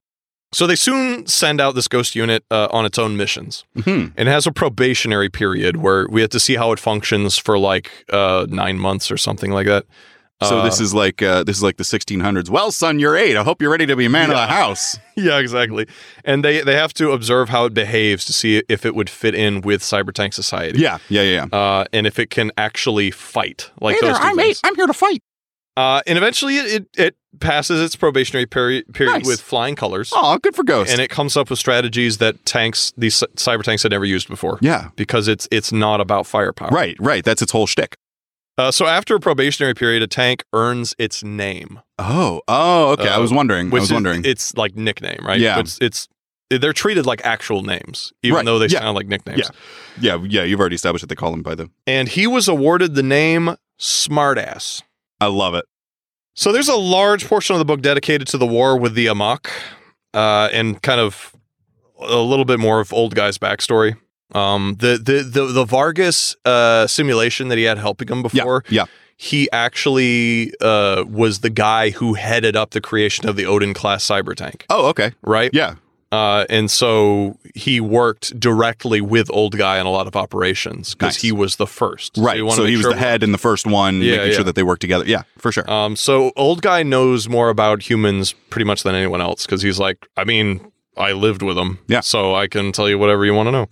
So they soon send out this ghost unit uh, on its own missions.
Mhm.
And it has a probationary period where we have to see how it functions for like uh, nine months or something like that.
So this is like uh, this is like the 1600s. Well, son, you're eight. I hope you're ready to be a man
Yeah.
of the house.
yeah, exactly. And they they have to observe how it behaves to see if it would fit in with Cybertank society.
Yeah, yeah, yeah. yeah.
Uh, and if it can actually fight like those two things.
I'm here to fight.
Uh, and eventually it, it, it passes its probationary peri- period
Nice.
with flying colors.
Oh, good for Ghost.
And it comes up with strategies that tanks, these cy- cyber tanks had never used before.
yeah.
Because it's it's not about firepower.
Right, right. That's its whole shtick.
Uh, so after a probationary period, a tank earns its name,
Oh, oh, okay. I
Uh,
was wondering. I
which
was
is-
wondering.
it's like nickname, right?
Yeah.
It's, it's they're treated like actual names, even
Right.
though they
Yeah.
sound like nicknames.
Yeah. yeah, yeah. You've already established that they call him by the.
And he was awarded the name Smartass.
I love it.
So there's a large portion of the book dedicated to the war with the Amok, uh, and kind of a little bit more of old guy's backstory. Um, the the the, the Vargas uh, simulation that he had helping him
Yeah,
before,
yeah.
he actually uh, was the guy who headed up the creation of the Odin class cyber tank,
Oh, okay.
right?
Yeah.
Uh, and so he worked directly with old guy in a lot of operations because
Nice.
he was the first.
Right.
you
So,
wanna make
he was
sure
the head in the first one,
Yeah,
making
yeah.
sure that they work together. Yeah, for sure.
Um, so old guy knows more about humans pretty much than anyone else because he's like, I mean, I lived with them,
Yeah.
So I can tell you whatever you want to know.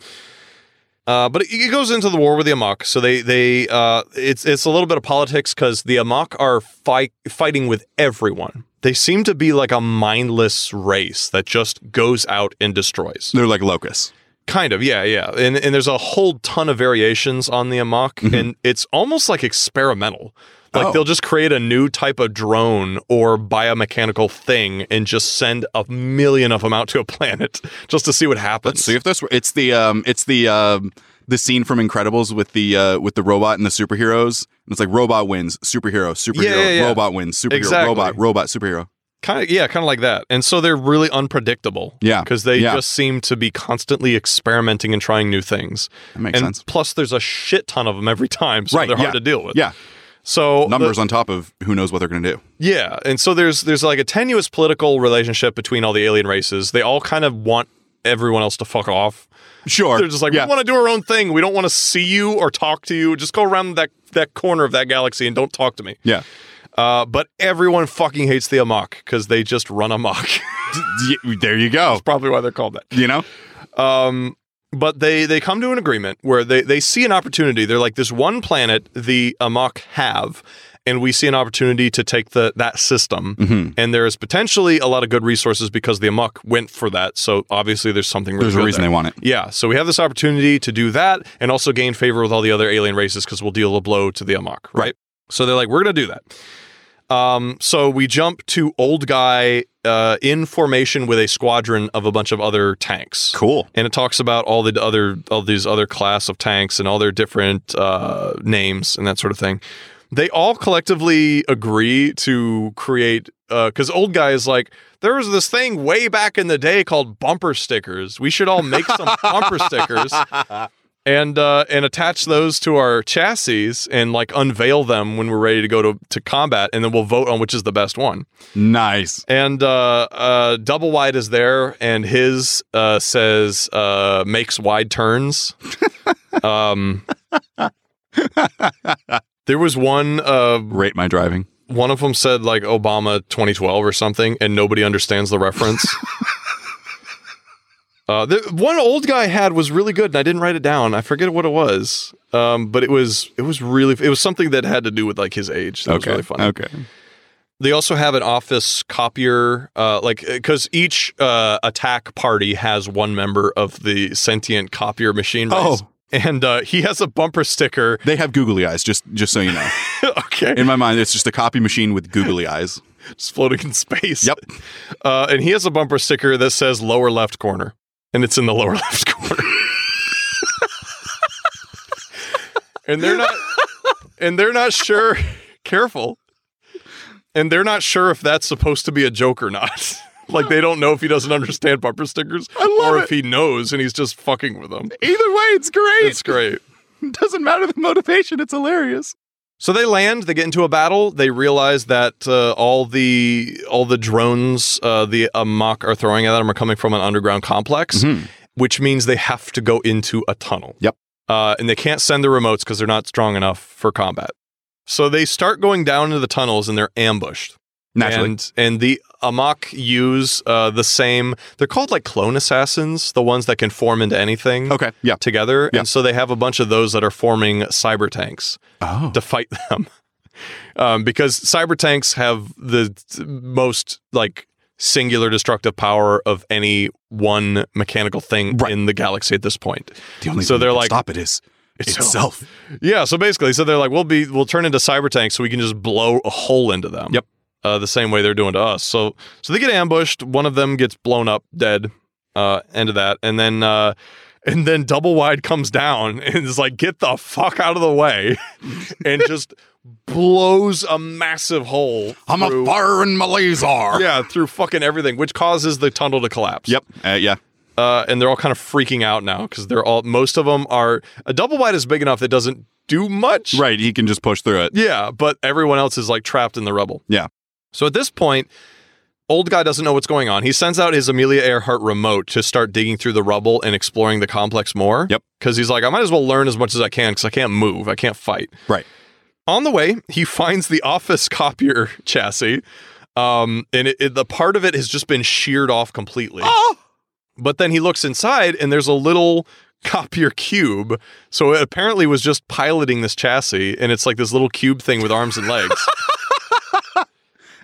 Uh, but it, it goes into the war with the Amok. So they they uh, it's it's a little bit of politics because the Amok are fight fighting with everyone. They seem to be like a mindless race that just goes out and destroys.
They're like locusts.
Kind of, yeah, yeah. And and there's a whole ton of variations on the Amok,
Mhm.
and it's almost like experimental. Like
Oh.
they'll just create a new type of drone or biomechanical thing and just send a million of them out to a planet just to see what happens.
Let's see if this. It's the um. It's the um. The scene from Incredibles with the uh with the robot and the superheroes. And it's like robot wins, superhero, superhero,
Yeah, yeah, yeah.
robot wins, superhero,
Exactly.
robot, robot, superhero.
Kind of, yeah, kind of like that. And so they're really unpredictable.
Yeah.
because they
Yeah.
just seem to be constantly experimenting and trying new things.
That makes
and
sense.
plus, there's a shit ton of them every time, so
Right,
they're
yeah.
hard to deal with.
Yeah.
So the-
Numbers on top of who knows what they're gonna do.
Yeah, and so there's there's like a tenuous political relationship between all the alien races. They all kind of want everyone else to fuck off.
Sure.
They're just like,
yeah.
we want to do our own thing. We don't want to see you or talk to you. Just go around that that corner of that galaxy and don't talk to me.
yeah.
Uh, but everyone fucking hates the Amok because they just run amok.
D- y- There you go.
Probably why they're called that.
You know.
Um, but they they come to an agreement where they they see an opportunity. They're like this one planet the Amok have, and we see an opportunity to take the that system.
Mm-hmm.
And there is potentially a lot of good resources because the Amok went for that. So obviously, there's something. Really
There's a reason they want it.
They- yeah. So we have this opportunity to do that and also gain favor with all the other alien races because we'll deal a blow to the Amok, right?
Right.
So they're like, we're gonna do that. Um, so we jump to old guy uh, in formation with a squadron of a bunch of other tanks
Cool.
and it talks about all the other all these other class of tanks and all their different uh, names and that sort of thing. They all collectively agree to create because old guy is like there was this thing way back in the day called bumper stickers. We should all make some bumper stickers and uh, and attach those to our chassis and like unveil them when we're ready to go to to combat, and then we'll vote on which is the best one.
Nice.
And uh, uh, double wide is there, and his uh, says uh, makes wide turns. um, there was one. Uh,
Rate my driving.
one of them said like Obama 2012 or something, and nobody understands the reference. Uh, the one old guy had was really good, and I didn't write it down. I forget what it was, um, but it was it was really it was something that had to do with like his age. That was
okay.
really funny.
Okay.
They also have an office copier, uh, like because each uh, attack party has one member of the sentient copier machine. race.
Oh.
and uh, he has a bumper sticker.
They have googly eyes. Just just so you know.
okay,
In my mind, it's just a copy machine with googly eyes.
it's floating in space.
Yep.
Uh, and he has a bumper sticker that says lower left corner, and it's in the lower left corner. and they're not, and they're not sure. Careful. And they're not sure if that's supposed to be a joke or not. like they don't know if he doesn't understand bumper stickers,
love
or if he knows and he's just fucking with them.
Either way, it's great.
It's great.
It doesn't matter the motivation. It's hilarious.
So they land. They get into a battle. They realize that uh, all the all the drones uh, the Amok are throwing at them are coming from an underground complex,
Mhm.
which means they have to go into a tunnel.
Yep.
Uh, and they can't send the remotes because they're not strong enough for combat. So they start going down into the tunnels and they're ambushed.
Naturally.
And, and the Amok use uh, the same. They're called like clone assassins, the ones that can form into anything
okay. Yeah.
together.
Yeah.
And so they have a bunch of those that are forming cyber tanks
Oh.
to fight them. um, because cyber tanks have the most like singular destructive power of any one mechanical thing
Right.
in the galaxy at this point.
The only
So
thing
they're
that can
like-
stop it is itself.
Yeah, so basically, so they're like, we'll be, we'll turn into cyber tanks, so we can just blow a hole into them.
Yep.
Uh, the same way they're doing to us. So, so they get ambushed. One of them gets blown up, dead. Uh, end of that, and then, uh, and then double wide comes down and is like, get the fuck out of the way, and just blows a massive hole.
I'm a
through-
firing my laser.
Yeah, through fucking everything, which causes the tunnel to collapse
Yep. Uh, yeah.
uh, and they're all kind of freaking out now because they're all most of them are a double wide is big enough that doesn't do much.
Right. He can just push through it.
Yeah, but everyone else is like trapped in the rubble.
Yeah.
So at this point, old guy doesn't know what's going on. He sends out his Amelia Earhart remote to start digging through the rubble and exploring the complex more.
Yep.
Because he's like, I might as well learn as much as I can because I can't move. I can't fight.
Right.
On the way, he finds the office copier chassis. Um, and it, it- the part of it has just been sheared off completely.
Oh!
But then he looks inside and there's a little copier cube. So it apparently was just piloting this chassis and it's like this little cube thing with arms and legs.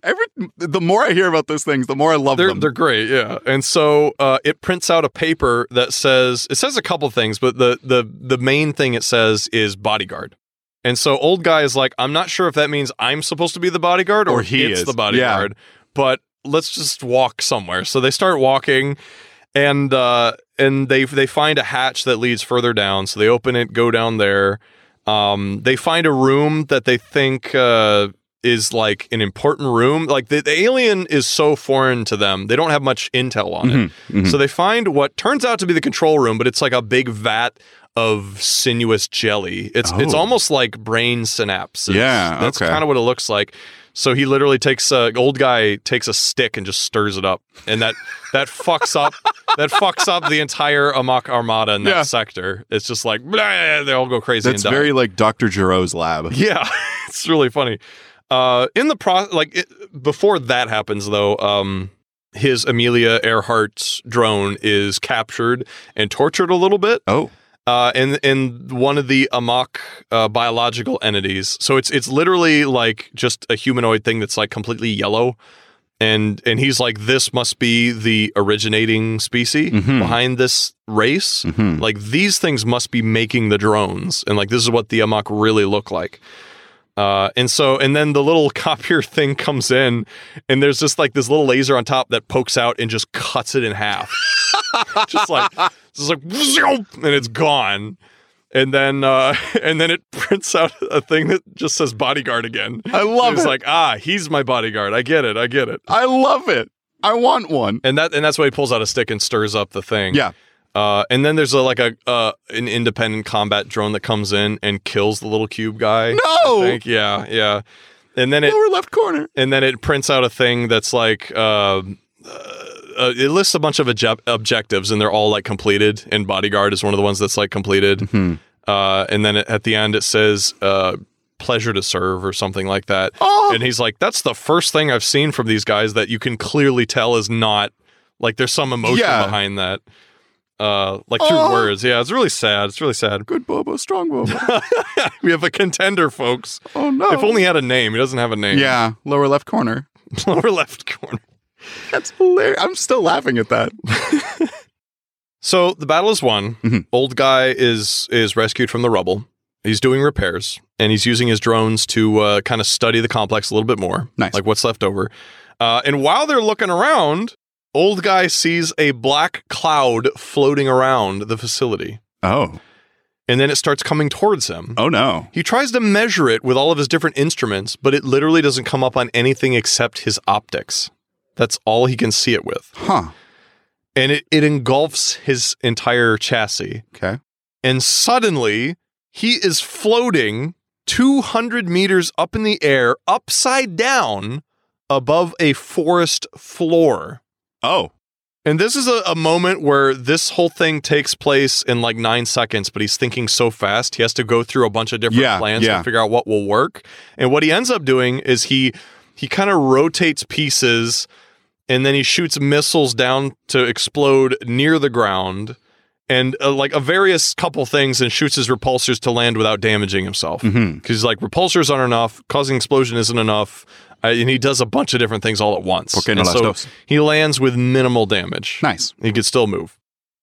Every the more I hear about those things, the more I love
they're,
them.
they're great, yeah. And so uh, it prints out a paper that says it says a couple things, but the the the main thing it says is bodyguard. And so old guy is like, I'm not sure if that means I'm supposed to be the bodyguard or,
Or he
it's
is.
the bodyguard, but let's just walk somewhere. So they start walking, and uh, and they they find a hatch that leads further down. So they open it, go down there. Um, they find a room that they think uh, is like an important room. Like the, the alien is so foreign to them, they don't have much intel on it.
mhm.
So they find what turns out to be the control room, but it's like a big vat of sinuous jelly. It's it's
Oh.
almost like brain synapses.
Yeah,
that's
okay.
kind of what it looks like. So he literally takes a old guy takes a stick and just stirs it up, and that that fucks up that fucks up the entire Amak Armada in that
Yeah.
sector. It's just like blah, they all go crazy.
That's
and die.
very like Dr. Giroux's lab.
Yeah, it's really funny. Uh, in the pro, like it, before that happens though, um, his Amelia Earhart's drone is captured and tortured a little bit,
Oh,
uh, in in one of the Amok uh, biological entities. So it's it's literally like just a humanoid thing that's like completely yellow, and and he's like, this must be the originating species
Mhm.
behind this race
Mhm.
like these things must be making the drones and like this is what the amok really look like uh, and so and then the little copier thing comes in and there's just like this little laser on top that pokes out and just cuts it in half just like just like and it's gone and then uh and then it prints out a thing that just says bodyguard again
I love
it's
it.
like ah he's my bodyguard i get it i get it
I love it. I want one.
and that and that's why he pulls out a stick and stirs up the thing.
Yeah.
Uh, and then there's a, like a uh, an independent combat drone that comes in and kills the little cube guy.
No.
I think. yeah, yeah. And then it
Lower left corner.
and then it prints out a thing that's like uh, uh, uh, it lists a bunch of obje- objectives and they're all like completed. And bodyguard is one of the ones that's like completed.
Hmm.
Uh, and then at the end it says uh, pleasure to serve or something like that.
Oh.
And he's like, that's the first thing I've seen from these guys that you can clearly tell is not like there's some emotion
Yeah.
behind that. Uh, like through
Oh.
words. Yeah, it's really sad. It's really sad.
Good Bobo, strong Bobo.
we have a contender, folks.
Oh no.
If only he had a name. He doesn't have a name.
Yeah, lower left corner.
Lower left corner.
That's hilarious. I'm still laughing at that.
So the battle is won.
Mhm.
Old guy is is rescued from the rubble. He's doing repairs and he's using his drones to uh, kind of study the complex a little bit more,
Nice.
like what's left over. Uh, and while they're looking around, old guy sees a black cloud floating around the facility,
Oh.
and then it starts coming towards him.
Oh no.
He tries to measure it with all of his different instruments, but it literally doesn't come up on anything except his optics. That's all he can see it with,
Huh.
and it, it engulfs his entire chassis.
Okay.
and suddenly he is floating 200 meters up in the air, upside down, above a forest floor.
Oh.
And this is a, a moment where this whole thing takes place in like nine seconds, but he's thinking so fast, he has to go through a bunch of different
Yeah,
plans
yeah.
to figure out what will work. And what he ends up doing is he he kind of rotates pieces and then he shoots missiles down to explode near the ground and uh, like a various couple things and shoots his repulsors to land without damaging himself.
Mhm.
Because like repulsors aren't enough, causing explosion isn't enough, uh, and he does a bunch of different things all at once.
Okay, no
And
last
so
dose.
he lands with minimal damage.
Nice.
He could still move.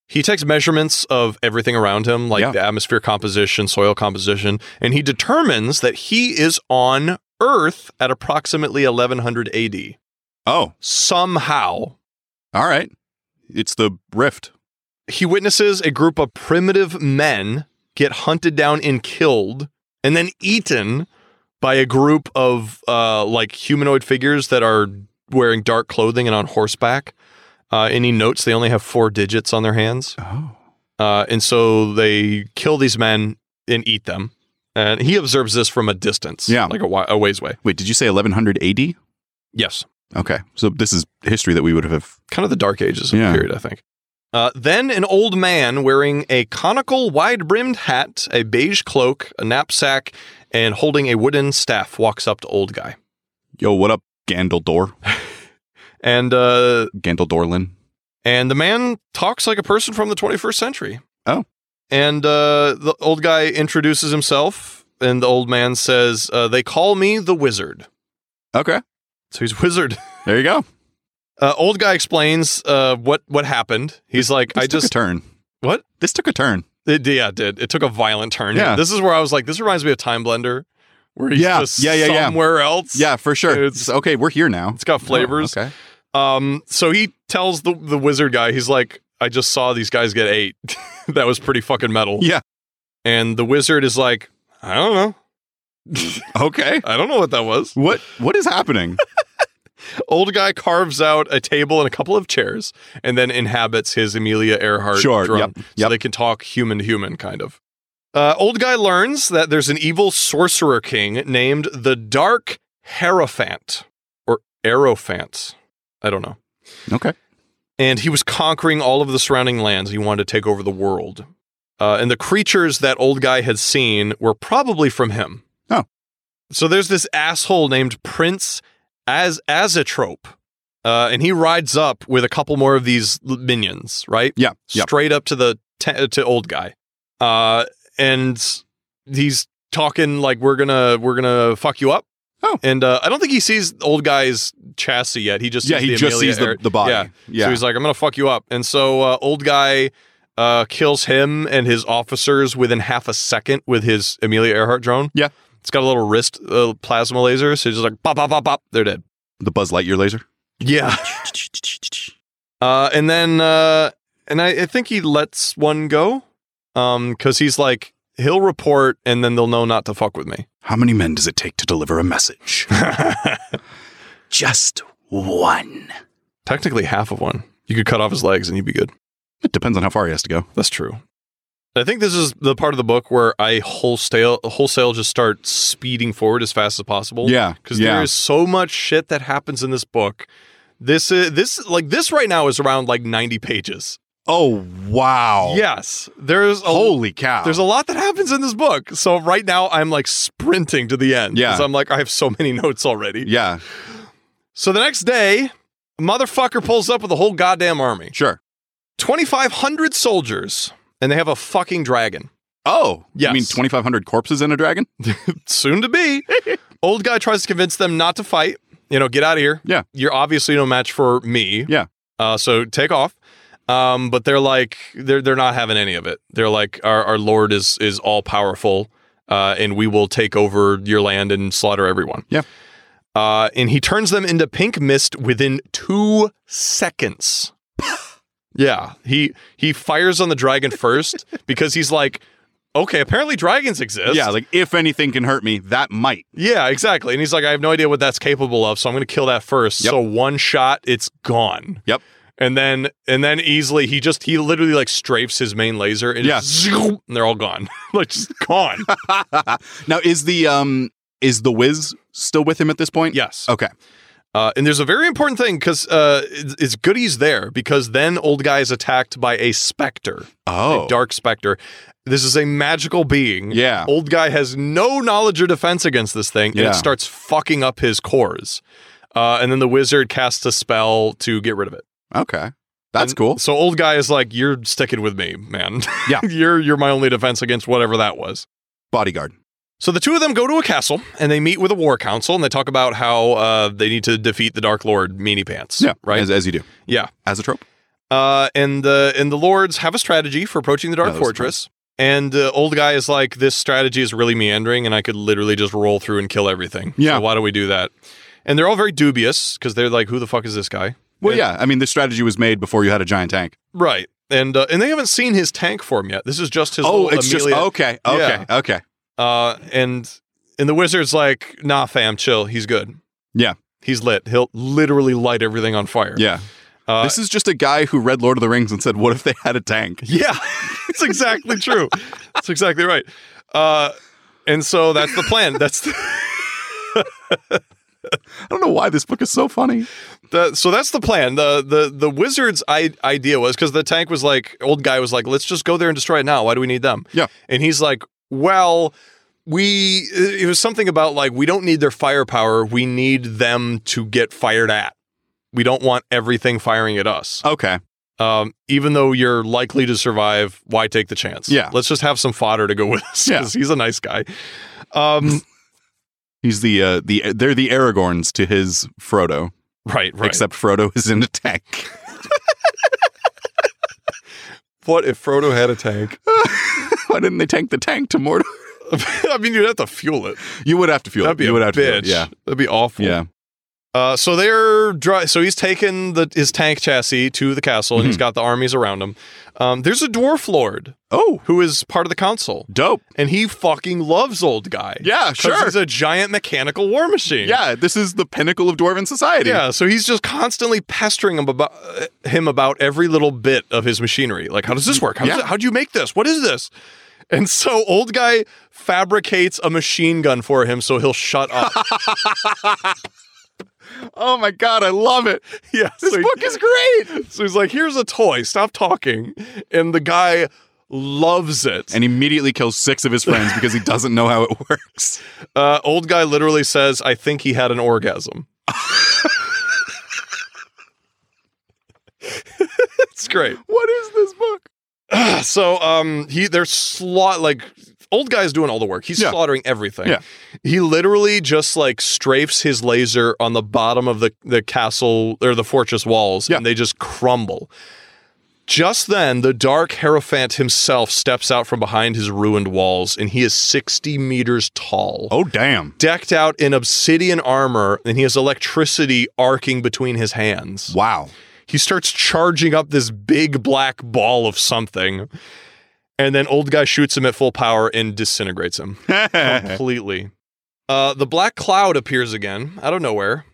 He takes measurements of everything around him, like
Yeah.
the atmosphere composition, soil composition, and he determines that he is on Earth at approximately 1100 AD.
Oh,
Somehow,
all right. It's the rift.
he witnesses a group of primitive men get hunted down and killed and then eaten by a group of uh, like humanoid figures that are wearing dark clothing and on horseback. Uh, and he notes they only have four digits on their hands.
Oh.
Uh, and so they kill these men and eat them. And he observes this from a distance,
Yeah.
like a, wi- a ways away.
Wait, did you say 1100 AD?
Yes,
Okay. So this is history that we would have.
kind of the Dark Ages of the
Yeah.
period, I think. Uh, then an old man wearing a conical, wide-brimmed hat, a beige cloak, a knapsack, and holding a wooden staff walks up to old guy.
Yo, what up, Gandeldor?
And uh,
Gandeldorlin.
and the man talks like a person from the 21st century.
Oh.
And uh, the old guy introduces himself, and the old man says, uh, "They call me the wizard."
Okay.
So he's wizard.
There you go.
Uh, old guy explains uh, what what happened. He's like,
This
I
took a
just
turn.
What?
This took a turn.
it, yeah, it did. It took a violent turn.
Yeah.
this is where I was like, this reminds me of Time Blender, where he's
Yeah,
just
yeah, yeah, yeah.
somewhere else.
Yeah, for sure.
It's-
It's, okay, we're here now.
it's got flavors.
Oh, okay.
Um, so he tells the the wizard guy, he's like, I just saw these guys get eight. that was pretty fucking metal.
Yeah.
and the wizard is like, I don't know,
Okay.
I don't know what that was.
What what is happening?
Old guy carves out a table and a couple of chairs, and then inhabits his Amelia Earhart
Sure,
drum,
yep,
so
yep.
they can talk human to human, kind of. Uh, old guy learns that there's an evil sorcerer king named the Dark Hierophant or Aerophant. I don't know.
okay.
And he was conquering all of the surrounding lands. He wanted to take over the world. Uh, and the creatures that old guy had seen were probably from him.
Oh.
So there's this asshole named Prince as Azatrope. Uh, and he rides up with a couple more of these l- minions, right?
Yeah. Yeah.
Straight up to the te- to old guy. Uh, and he's talking like we're gonna we're gonna fuck you up.
Oh.
And uh, I don't think he sees old guy's chassis yet. He just
Yeah,
sees
he
the
just
Amelia
sees the,
Earhart.
the body.
Yeah.
Yeah.
So he's like, I'm going to fuck you up. And so uh, old guy uh, kills him and his officers within half a second with his Amelia Earhart drone.
Yeah.
It's got a little wrist uh, plasma laser. So he's just like, pop, pop, pop, pop. They're dead.
the Buzz Lightyear laser.
Yeah. Uh, and then, uh, and I, I think he lets one go because he's like, he'll report and then they'll know not to fuck with me.
How many men does it take to deliver a message? Just one.
Technically, half of one. You could cut off his legs and you'd be good.
It depends on how far he has to go.
That's true. I think this is the part of the book where I wholesale wholesale just start speeding forward as fast as possible.
Yeah.
because
yeah.
Oh, there is so much shit that happens in this book. This is this like this right now is around like ninety pages.
oh wow.
Yes, there's a
Holy cow.
there's a lot that happens in this book. So right now I'm like sprinting to the end.
Yeah.
'cause I'm like I have so many notes already.
Yeah,
So the next day, motherfucker pulls up with a whole goddamn army,
sure.
twenty five hundred soldiers, and they have a fucking dragon.
Oh. You mean
Yes.
2500 corpses and a dragon?
soon to be. Old guy tries to convince them not to fight. You know, get out of here.
Yeah.
You're obviously no match for me.
Yeah.
Uh, so take off. Um, but they're like, they're they're not having any of it. They're like, our, our Lord is is all powerful, uh, and we will take over your land and slaughter everyone.
Yeah.
Uh, and he turns them into pink mist within two seconds. yeah. He he fires on the dragon first because he's like, okay, apparently dragons exist.
Yeah, like if anything can hurt me, that might.
Yeah, exactly. And he's like, I have no idea what that's capable of, so I'm going to kill that first.
Yep.
So one shot, it's gone.
Yep.
And then and then easily he just he literally like strafes his main laser and,
Yeah.
zoom, and they're all gone, like just gone.
now is the um is the whiz still with him at this point?
yes.
Okay.
Uh, and there's a very important thing because uh, it's, it's Goody's there because then old guy is attacked by a specter,
Oh.
a dark specter. This is a magical being.
Yeah.
Old guy has no knowledge or defense against this thing, and
Yeah.
it starts fucking up his cores. Uh, and then the wizard casts a spell to get rid of it.
Okay. That's
And
cool.
So old guy is like, you're sticking with me, man.
Yeah.
you're you're my only defense against whatever that was.
Bodyguard.
So the two of them go to a castle and they meet with a war council and they talk about how uh, they need to defeat the Dark Lord Meanie Pants. Right.
As, as you do.
Yeah.
As a trope.
uh, and the and the lords have a strategy for approaching the Dark
No, that was
Fortress. And the old guy is like, "This strategy is really meandering, and I could literally just roll through and kill everything.
Yeah.
So why do we do that?" And they're all very dubious because they're like, "Who the fuck is this guy?"
Well,
And-
yeah. I mean, this strategy was made before you had a giant tank.
Right. And uh, and they haven't seen his tank form yet. This is just his.
Oh,
little
it's
Amelia-
just oh. okay, okay, okay.
Uh, and and the wizard's like, nah, fam, chill. He's good.
Yeah.
he's lit. He'll literally light everything on fire.
Yeah,
uh,
this is just a guy who read Lord of the Rings and said, "What if they had a tank?"
yeah, it's exactly true. That's exactly right. Uh, and so that's the plan. That's the,
I don't know why this book is so funny.
the so that's the plan. The the the wizard's I- idea was because the tank was like old guy was like, let's just go there and destroy it now. Why do we need them?
Yeah.
and he's like, well. We it was something about like we don't need their firepower. We need them to get fired at. We don't want everything firing at us.
Okay,
um, even though you're likely to survive, why take the chance?
Yeah.
Let's just have some fodder to go with us
Yeah.
because he's a nice guy. Um,
he's the uh, the they're the Aragorns to his Frodo,
right, right.
except Frodo is in a tank.
what if Frodo had a tank?
why didn't they tank the tank to Mordor?
I mean, you'd have to fuel it.
You would have to fuel.
That'd
it.
be
you
a
would have
bitch.
to. Fuel it.
That'd be awful.
Yeah, yeah.
Uh, so they're dry. So he's taken the his tank chassis to the castle, and
Mm-hmm.
he's got the armies around him. Um, there's a dwarf lord
Oh,
who is part of the council,
dope.
and he fucking loves old guy.
Yeah,
'Cause
sure.
He's a giant mechanical war machine.
Yeah, this is the pinnacle of dwarven society.
Yeah, so he's just constantly pestering him about uh, him about every little bit of his machinery. Like, how does this work? How
Yeah.
does it, how do you make this? What is this? And so old guy fabricates a machine gun for him so he'll shut up.
Oh my god, I love it.
yeah,
This
so, he-
book is great.
so he's like, "Here's a toy. Stop talking." And the guy loves it.
And immediately kills six of his friends because he doesn't know how it works.
Uh, old guy literally says, "I think he had an orgasm." it's great.
What is this book?
so um he they're slot like old guy's doing all the work he's
Yeah.
slaughtering everything
Yeah.
he literally just like strafes his laser on the bottom of the the castle or the fortress walls
Yeah.
and they just crumble just then the dark hierophant himself steps out from behind his ruined walls and he is 60 meters tall
Oh damn.
decked out in obsidian armor and he has electricity arcing between his hands
Wow.
he starts charging up this big black ball of something. And then old guy shoots him at full power and disintegrates him
okay.
completely. Uh, the black cloud appears again out of nowhere,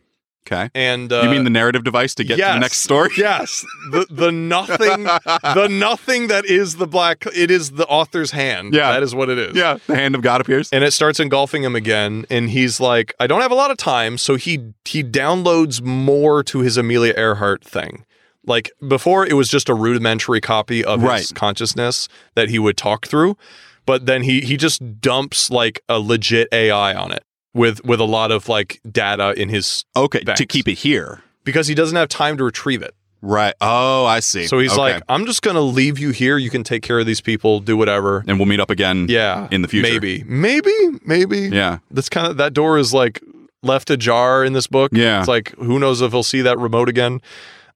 and uh,
you mean the narrative device to get to the
yes.
next story?
yes, the the nothing, the nothing that is the black. It is the author's hand.
Yeah.
that is what it is.
yeah. The hand of God appears.
and it starts engulfing him again. And he's like, I don't have a lot of time, so he he downloads more to his Amelia Earhart thing. Like before, it was just a rudimentary copy of
Right.
his consciousness that he would talk through, but then he he just dumps like a legit AI on it with with a lot of like data in his
Okay.
Thanks.
To keep it here.
because he doesn't have time to retrieve it.
Right. Oh, I see.
So he's
Okay.
like, I'm just gonna leave you here. You can take care of these people, do whatever.
and we'll meet up again.
Yeah,
In the future.
maybe, maybe, maybe.
Yeah.
that's kind of that door is like left ajar in this book.
Yeah.
It's like who knows if he'll see that remote again.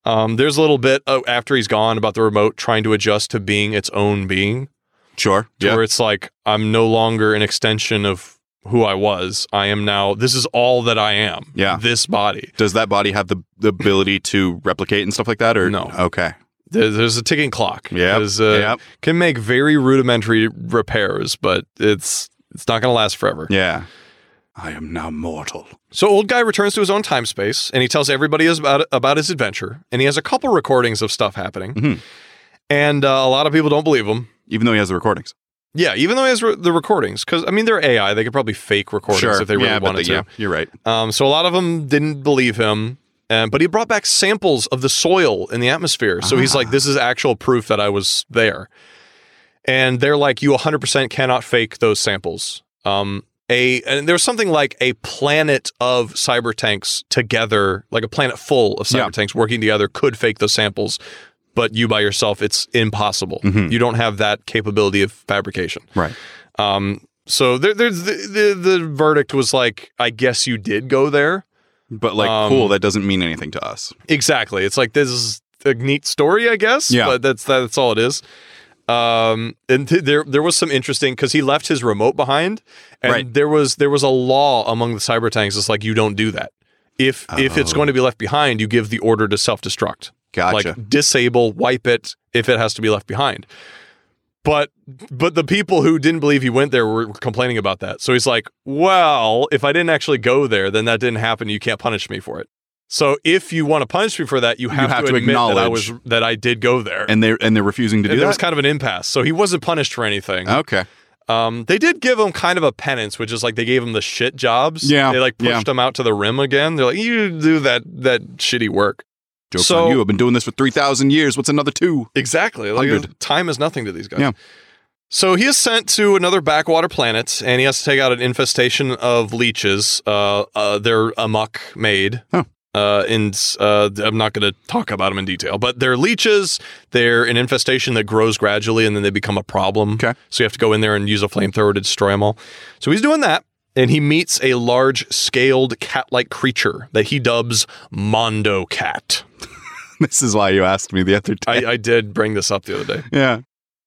Um, there's a little bit uh, after he's gone about the remote trying to adjust to being its own being,
Sure.
to where it's like I'm no longer an extension of who I was. I am now. This is all that I am.
Yeah.
This body.
Does that body have the, the ability to replicate and stuff like that? Or
No. Uh,
Okay.
There- There's a ticking clock.
Yep.
There's a-
Yep.
Can make very rudimentary repairs, but it's it's not going to last forever.
Yeah. I am now mortal.
So old guy returns to his own time space and he tells everybody is about about his adventure and he has a couple recordings of stuff happening.
Mhm.
And uh, a lot of people don't believe him.
Even though he has the recordings.
Yeah, even though he has re- the recordings cuz I mean they're AI, they could probably fake recordings if they really
yeah, but
wanted
the- yeah,
to.
you're right.
Um so a lot of them didn't believe him. Um, but he brought back samples of the soil in the atmosphere. So he's
Ah.
like, this is actual proof that I was there. And they're like, you 100% cannot fake those samples. Um, a and there was something like a planet of cyber tanks together, like a planet full of cyber
Yeah.
tanks working together, could fake those samples. but you by yourself, it's impossible.
Mhm.
You don't have that capability of fabrication.
Right.
Um, so there, there's the, the the verdict was like, I guess you did go there.
But like,
Um,
cool. That doesn't mean anything to us.
Exactly. It's like this is a neat story, I guess.
Yeah.
But that's that's all it is. Um, and th- there there was some interesting because he left his remote behind, and
Right.
there was there was a law among the cyber tanks. It's like you don't do that. If if it's
Oh.
going to be left behind, you give the order to self destruct.
Gotcha.
Like disable, wipe it if it has to be left behind. But but the people who didn't believe he went there were complaining about that. So he's like, well, if I didn't actually go there, then that didn't happen. You can't punish me for it. So if you want to punish me for that, you have,
have
to,
to
admit that I
acknowledge-
was that I did go there.
and they're and they're refusing to
And
do
there was
that. Oh.
kind of an impasse. So he wasn't punished for anything.
okay.
Um, they did give him kind of a penance, which is like they gave him the shit jobs.
Yeah,
They like pushed
yeah.
him out to the rim again. They're like, you do that that shitty work.
Jokes
So-
on you. I've been doing this for three thousand years. What's another two?
Exactly. Like,
100.
time is nothing to these guys.
Yeah.
So he is sent to another backwater planet, and he has to take out an infestation of leeches. Uh, uh, they're amok made.
Oh.
Uh, and uh, I'm not going to talk about them in detail, but they're leeches. They're an infestation that grows gradually, and then they become a problem.
Okay.
So you have to go in there and use a flamethrower to destroy them all. So he's doing that, and he meets a large scaled cat like creature that he dubs Mondo Cat.
This is why you asked me the other day.
I, I did bring this up the other day.
yeah.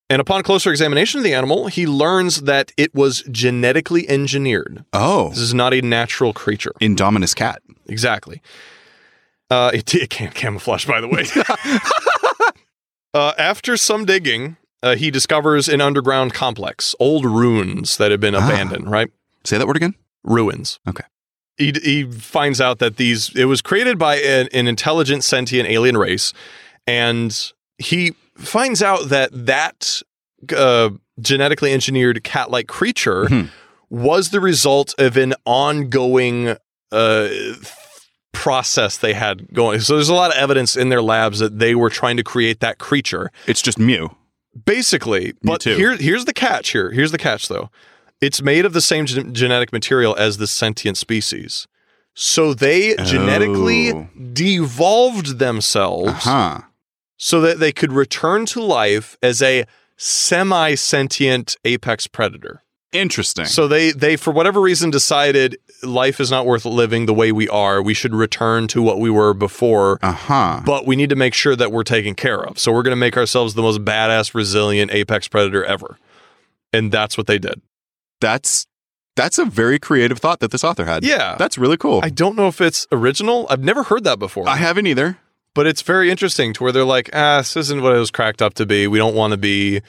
And upon closer examination of the animal, he learns that it was genetically engineered.
Oh,
This is not a natural creature.
Indominus cat.
Exactly. Uh, it, it can't camouflage, by the way. uh, after some digging, uh, he discovers an underground complex, old ruins that have been
Ah.
abandoned, right?
Say that word again.
Ruins.
Okay.
He, he finds out that these, it was created by an, an intelligent, sentient alien race. And he finds out that that uh, genetically engineered cat like creature
Mhm.
was the result of an ongoing uh, process they had going. So there's a lot of evidence in their labs that they were trying to create that creature.
It's just Mew.
Basically, but
too.
here, here's the catch here. Here's the catch though. It's made of the same gen- genetic material as the sentient species. So they genetically
Oh. Uh-huh.
devolved themselves
Huh.
so that they could return to life as a semi sentient apex predator.
Interesting.
So they they for whatever reason decided life is not worth living the way we are. We should return to what we were before,
uh huh.
but we need to make sure that we're taken care of. So we're going to make ourselves the most badass resilient apex predator ever. And that's what they did.
That's that's a very creative thought that this author had.
Yeah.
That's really cool.
I don't know if it's original. I've never heard that before.
I haven't either.
but it's very interesting to where they're like, ah, this isn't what it was cracked up to be. We don't want to be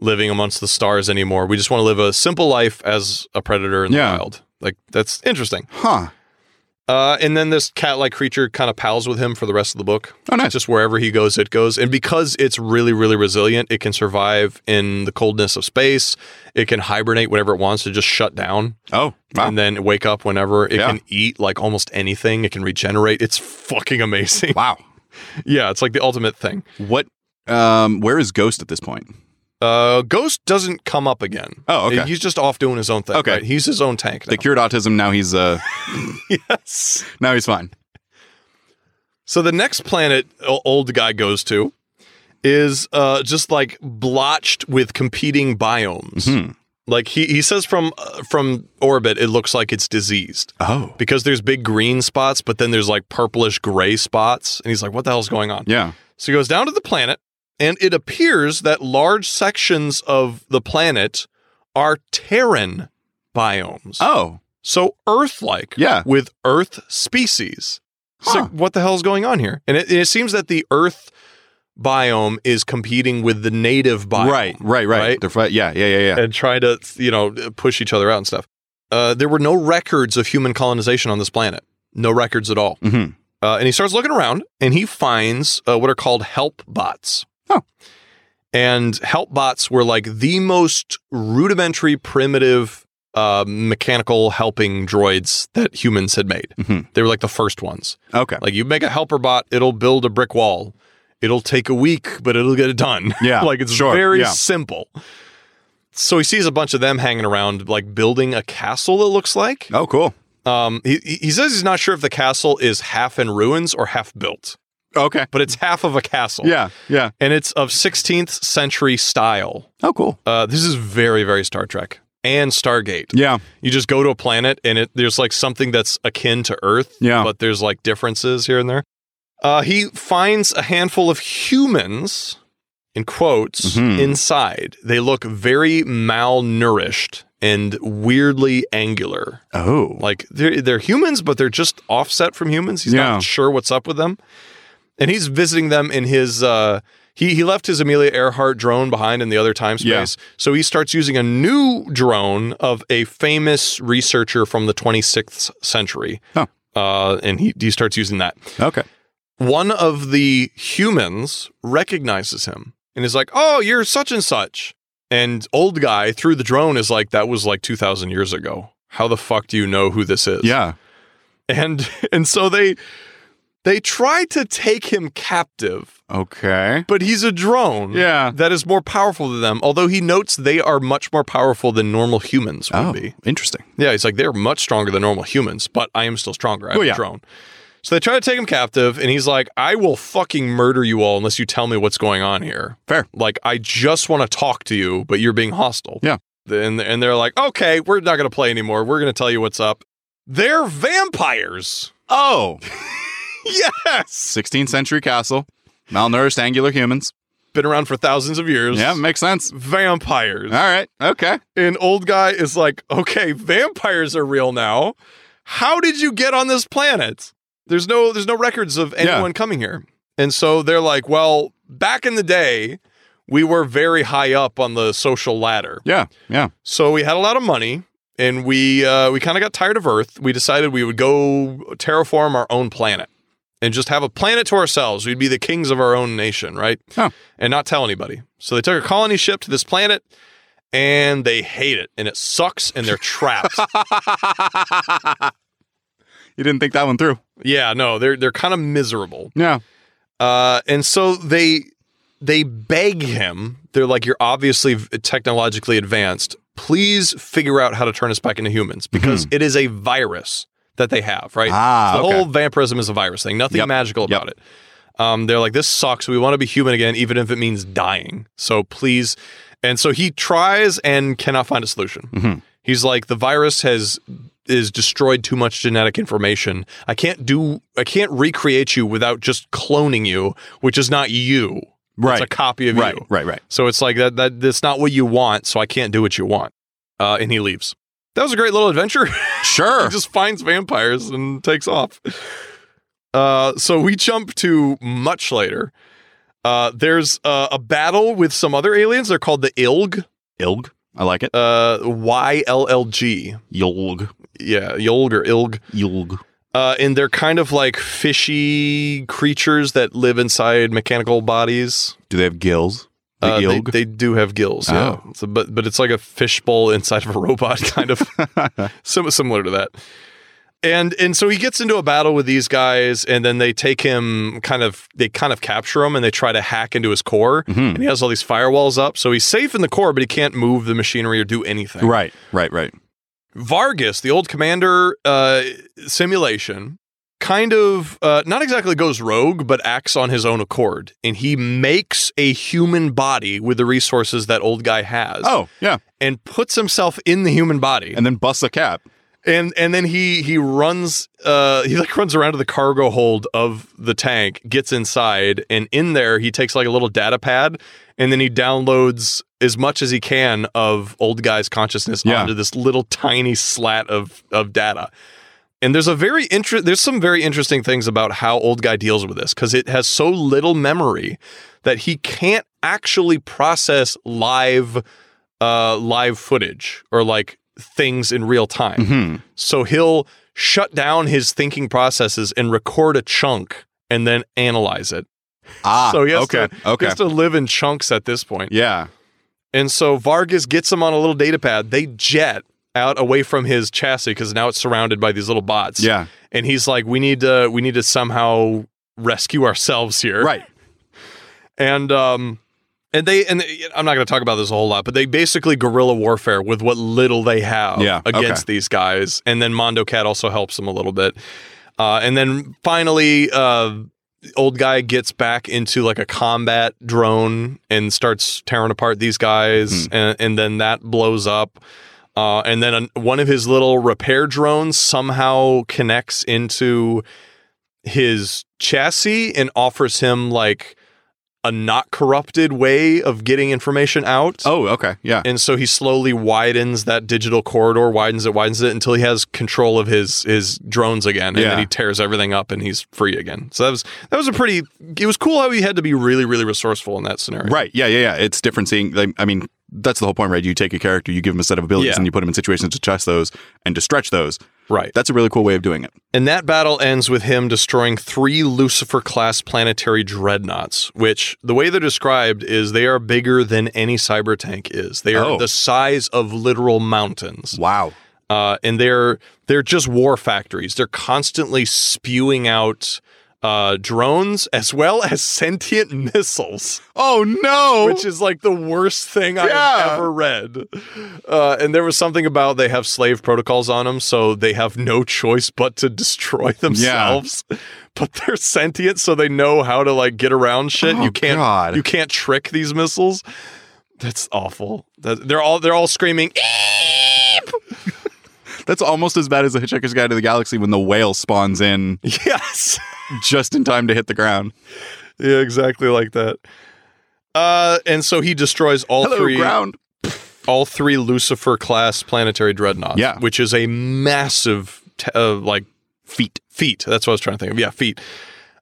living amongst the stars anymore. We just want to live a simple life as a predator in
Yeah.
the wild. Like that's interesting.
Huh.
Uh, and then this cat-like creature kind of pals with him for the rest of the book.
Oh, nice.
Just wherever he goes, it goes. And because it's really, really resilient, it can survive in the coldness of space. It can hibernate whenever it wants to just shut down
Oh, wow.
and then wake up whenever. It
Yeah.
can eat like almost anything. It can regenerate. It's fucking amazing.
wow.
yeah, it's like the ultimate thing.
What? Um, where is Ghost at this point?
Uh, Ghost doesn't come up again.
Oh, okay.
He's just off doing his own thing.
Okay.
right? He's his own tank.
They
Now.
cured autism. Now he's uh,
yes.
now he's fine.
So the next planet o- old guy goes to is uh, just like blotched with competing biomes.
Hmm.
Like he, he says from uh, from orbit, it looks like it's diseased
Oh,
because there's big green spots, but then there's like purplish gray spots, and he's like, "What the hell's going on?"
yeah.
So he goes down to the planet, and it appears that large sections of the planet are Terran biomes.
Oh,
So Earth-like,
Yeah.
with Earth species. So
Huh.
what the hell's going on here? And it, it seems that the Earth biome is competing with the native biome,
right, right, right.
right?
They're fi- yeah, yeah, yeah, yeah.
And trying to you know push each other out and stuff. Uh, there were no records of human colonization on this planet. No records at all.
hmm
Uh, and he starts looking around and he finds uh, what are called help bots.
Oh.
And help bots were like the most rudimentary, primitive uh, mechanical helping droids that humans had made.
Mhm.
They were like the first ones.
Okay.
Like you make a helper bot, it'll build a brick wall. It'll take a week, but it'll get it done.
Yeah.
like it's
sure.
very
Yeah.
simple. So he sees a bunch of them hanging around, like building a castle, it looks like.
Oh, cool.
Um, he, he he says he's not sure if the castle is half in ruins or half built.
Okay.
but it's half of a castle.
Yeah. Yeah.
And it's of 16th century style.
Oh, cool.
Uh, this is very, very Star Trek and Stargate.
Yeah.
You just go to a planet and it there's like something that's akin to Earth,
Yeah.
but there's like differences here and there. Uh, he finds a handful of humans, in quotes,
Mhm.
inside. They look very malnourished and weirdly angular.
Oh.
Like they're they're humans, but they're just offset from humans. He's
Yeah.
not sure what's up with them. And he's visiting them in his uh he, he left his Amelia Earhart drone behind in the other time
Yeah.
space. So he starts using a new drone of a famous researcher from the 26th century.
Huh.
Uh, and he, he starts using that.
Okay.
One of the humans recognizes him and is like, Oh, you're such and such. And old guy through the drone is like, That was like 2,000 years ago. How the fuck do you know who this is?
Yeah.
and and so they they try to take him captive
Okay.
but he's a drone
Yeah.
that is more powerful than them although he notes they are much more powerful than normal humans would
Oh,
be
interesting.
yeah he's like they're much stronger than normal humans but i am still stronger i'm
Well, Oh, yeah.
a drone so they try to take him captive and he's like i will fucking murder you all unless you tell me what's going on here
Fair.
like i just want to talk to you but you're being hostile
Yeah.
and, and they're like okay we're not going to play anymore we're going to tell you what's up they're vampires
Oh.
Yes.
16th century castle. Malnourished angular humans.
Been around for thousands of years.
Yeah, makes sense.
Vampires.
All right. Okay.
And old guy is like, okay, vampires are real now. How did you get on this planet? There's no there's no records of
Yeah.
anyone coming here. And so they're like, well, back in the day, we were very high up on the social ladder.
Yeah. Yeah.
So we had a lot of money and we uh, we kind of got tired of Earth. We decided we would go terraform our own planet and just have a planet to ourselves. We'd be the kings of our own nation, right?
Huh.
And not tell anybody. So they took a colony ship to this planet and they hate it and it sucks and they're trapped.
You didn't think that one through.
yeah, no, they're they're kind of miserable.
Yeah.
Uh, and so they they beg him. They're like, "You're obviously v- technologically advanced. Please figure out how to turn us back into humans because it is a virus that they have, right?
Ah,
So the
okay.
whole vampirism is a virus thing. Nothing
Yep.
magical about it. Um, they're like, "This sucks. We want to be human again, even if it means dying. So please." And so he tries and cannot find a solution.
Mhm.
He's like, "The virus has." is destroyed too much genetic information. I can't do I can't recreate you without just cloning you, which is not you.
Right.
It's a copy of
right.
you.
Right. Right.
So it's like that that that's not what you want, so I can't do what you want. Uh, and he leaves. That was a great little adventure. he
Sure.
just finds vampires and takes off. Uh, so we jump to much later. Uh, there's uh, a battle with some other aliens. They're called the Ilg.
Ilg. I like it.
Uh, Y L L G.
Yolg.
Yeah, Yolg or Ilg.
Yolg.
uh, and they're kind of like fishy creatures that live inside mechanical bodies.
Do they have gills? The
Uh, they,
Ilg.
they do have gills, yeah. So, but but it's like a fishbowl inside of a robot, kind of sim- similar to that. And and so he gets into a battle with these guys, and then they take him, kind of they kind of capture him, and they try to hack into his core.
Mhm.
And he has all these firewalls up, so he's safe in the core, but he can't move the machinery or do anything.
Right. Right. Right.
Vargas, the old commander uh, simulation, kind of uh, not exactly goes rogue, but acts on his own accord. And he makes a human body with the resources that old guy has
Oh yeah.
and puts himself in the human body.
And then busts a cap.
And and then he he runs uh he like runs around to the cargo hold of the tank, gets inside, and in there he takes like a little data pad and then he downloads as much as he can of old guy's consciousness
Yeah.
onto this little tiny slat of of data. And there's a very inter- there's some very interesting things about how old guy deals with this cuz it has so little memory that he can't actually process live uh live footage or like things in real time.
hmm
So he'll shut down his thinking processes and record a chunk and then analyze it.
Ah.
So he has
okay.
He
okay.
has to live in chunks at this point.
yeah.
And so Vargas gets him on a little data pad. They jet out away from his chassis because now it's surrounded by these little bots.
Yeah.
And he's like, we need to we need to somehow rescue ourselves here.
Right.
And um and they and they- I'm not going to talk about this a whole lot, but they basically guerrilla warfare with what little they have
Yeah, okay.
against these guys. And then Mondo Cat also helps them a little bit. Uh, and then finally, uh, old guy gets back into like a combat drone and starts tearing apart these guys,
Hmm.
and, and then that blows up. Uh, and then an- one of his little repair drones somehow connects into his chassis and offers him like a not corrupted way of getting information out.
Oh, okay. Yeah.
And so he slowly widens that digital corridor, widens it, widens it until he has control of his his drones again, and then
Yeah.
he tears everything up and he's free again. So that was that was a pretty. It was cool how he had to be really really resourceful in that scenario.
Right. Yeah. Yeah. Yeah. It's different seeing. Like, I mean, that's the whole point, right? You take a character, you give him a set of abilities,
Yeah.
and you put him in situations to test those and to stretch those.
right.
That's a really cool way of doing it.
And that battle ends with him destroying three Lucifer class planetary dreadnoughts, which the way they're described is they are bigger than any cyber tank is. They are
Oh.
the size of literal mountains.
Wow.
uh, and they're they're just war factories. They're constantly spewing out uh, drones as well as sentient missiles,
Oh no.
which is like the worst thing I've
Yeah.
ever read. Uh, and there was something about they have slave protocols on them, so they have no choice but to destroy themselves. But they're sentient, so they know how to like get around shit.
Oh,
you can't
God.
you can't trick these missiles. That's awful. That, they're all they're all screaming. "E-" "Eep!"
that's almost as bad as the Hitchhiker's Guide to the Galaxy when the whale spawns in
Yes.
just in time to hit the ground.
Yeah, exactly like that. Uh, and so he destroys all
Hello,
three,
ground.
all three Lucifer class planetary dreadnoughts.
Yeah.
which is a massive, t- uh, like
Feet.
feat. That's what I was trying to think of. Yeah, feet.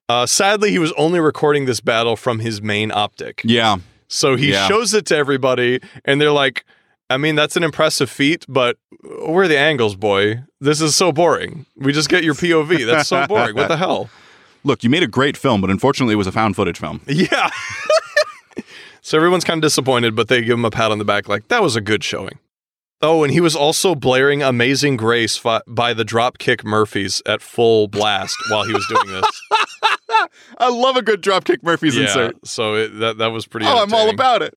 Uh, sadly, he was only recording this battle from his main optic.
Yeah.
So he
Yeah.
shows it to everybody, and they're like, I mean, that's an impressive feat, but where are the angles, boy? This is so boring. We just get your POV. That's so boring. What the hell?
Look, you made a great film, but unfortunately, it was a found footage film.
Yeah. so everyone's kind of disappointed, but they give him a pat on the back, like, that was a good showing. Oh, and he was also blaring Amazing Grace fi- by the Dropkick Murphys at full blast while he was doing this.
I love a good Dropkick Murphys
yeah,
insert.
so it, that, that was pretty
Oh, I'm all
entertaining.
about it.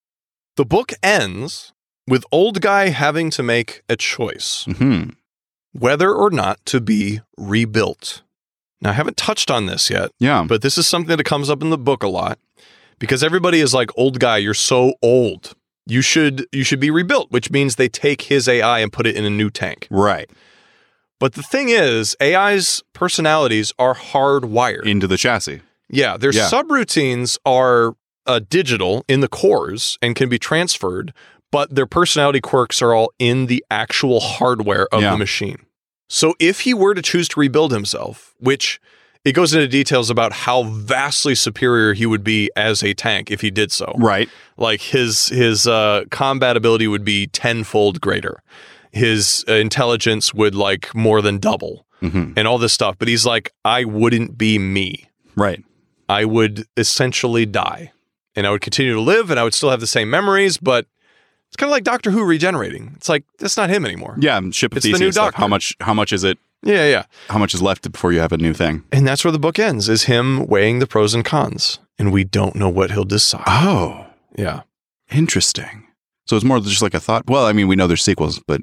The book ends with Old Guy having to make a choice
hmm
whether or not to be rebuilt. Now, I haven't touched on this yet,
Yeah.
but this is something that comes up in the book a lot because everybody is like old guy you're so old you should you should be rebuilt which means they take his ai and put it in a new tank
Right.
but the thing is ai's personalities are hardwired
Into the chassis.
yeah their
Yeah.
subroutines are uh, digital in the cores and can be transferred but their personality quirks are all in the actual hardware of
Yeah.
the machine so if he were to choose to rebuild himself which it goes into details about how vastly superior he would be as a tank if he did so.
Right.
Like his his uh, combat ability would be tenfold greater. His uh, intelligence would like more than double,
hmm
and all this stuff. But he's like, I wouldn't be me.
Right.
I would essentially die, and I would continue to live, and I would still have the same memories. But it's kind of like Doctor Who regenerating. It's like that's not him anymore.
Yeah. and Ship of
It's the
Theseus
new
stuff.
Doctor.
How much? How much is it?
yeah, yeah.
How much is left before you have a new thing?
And that's where the book ends is him weighing the pros and cons. And we don't know what he'll decide.
Oh,
yeah.
interesting. So it's more just like a thought. Well, I mean, we know there's sequels, but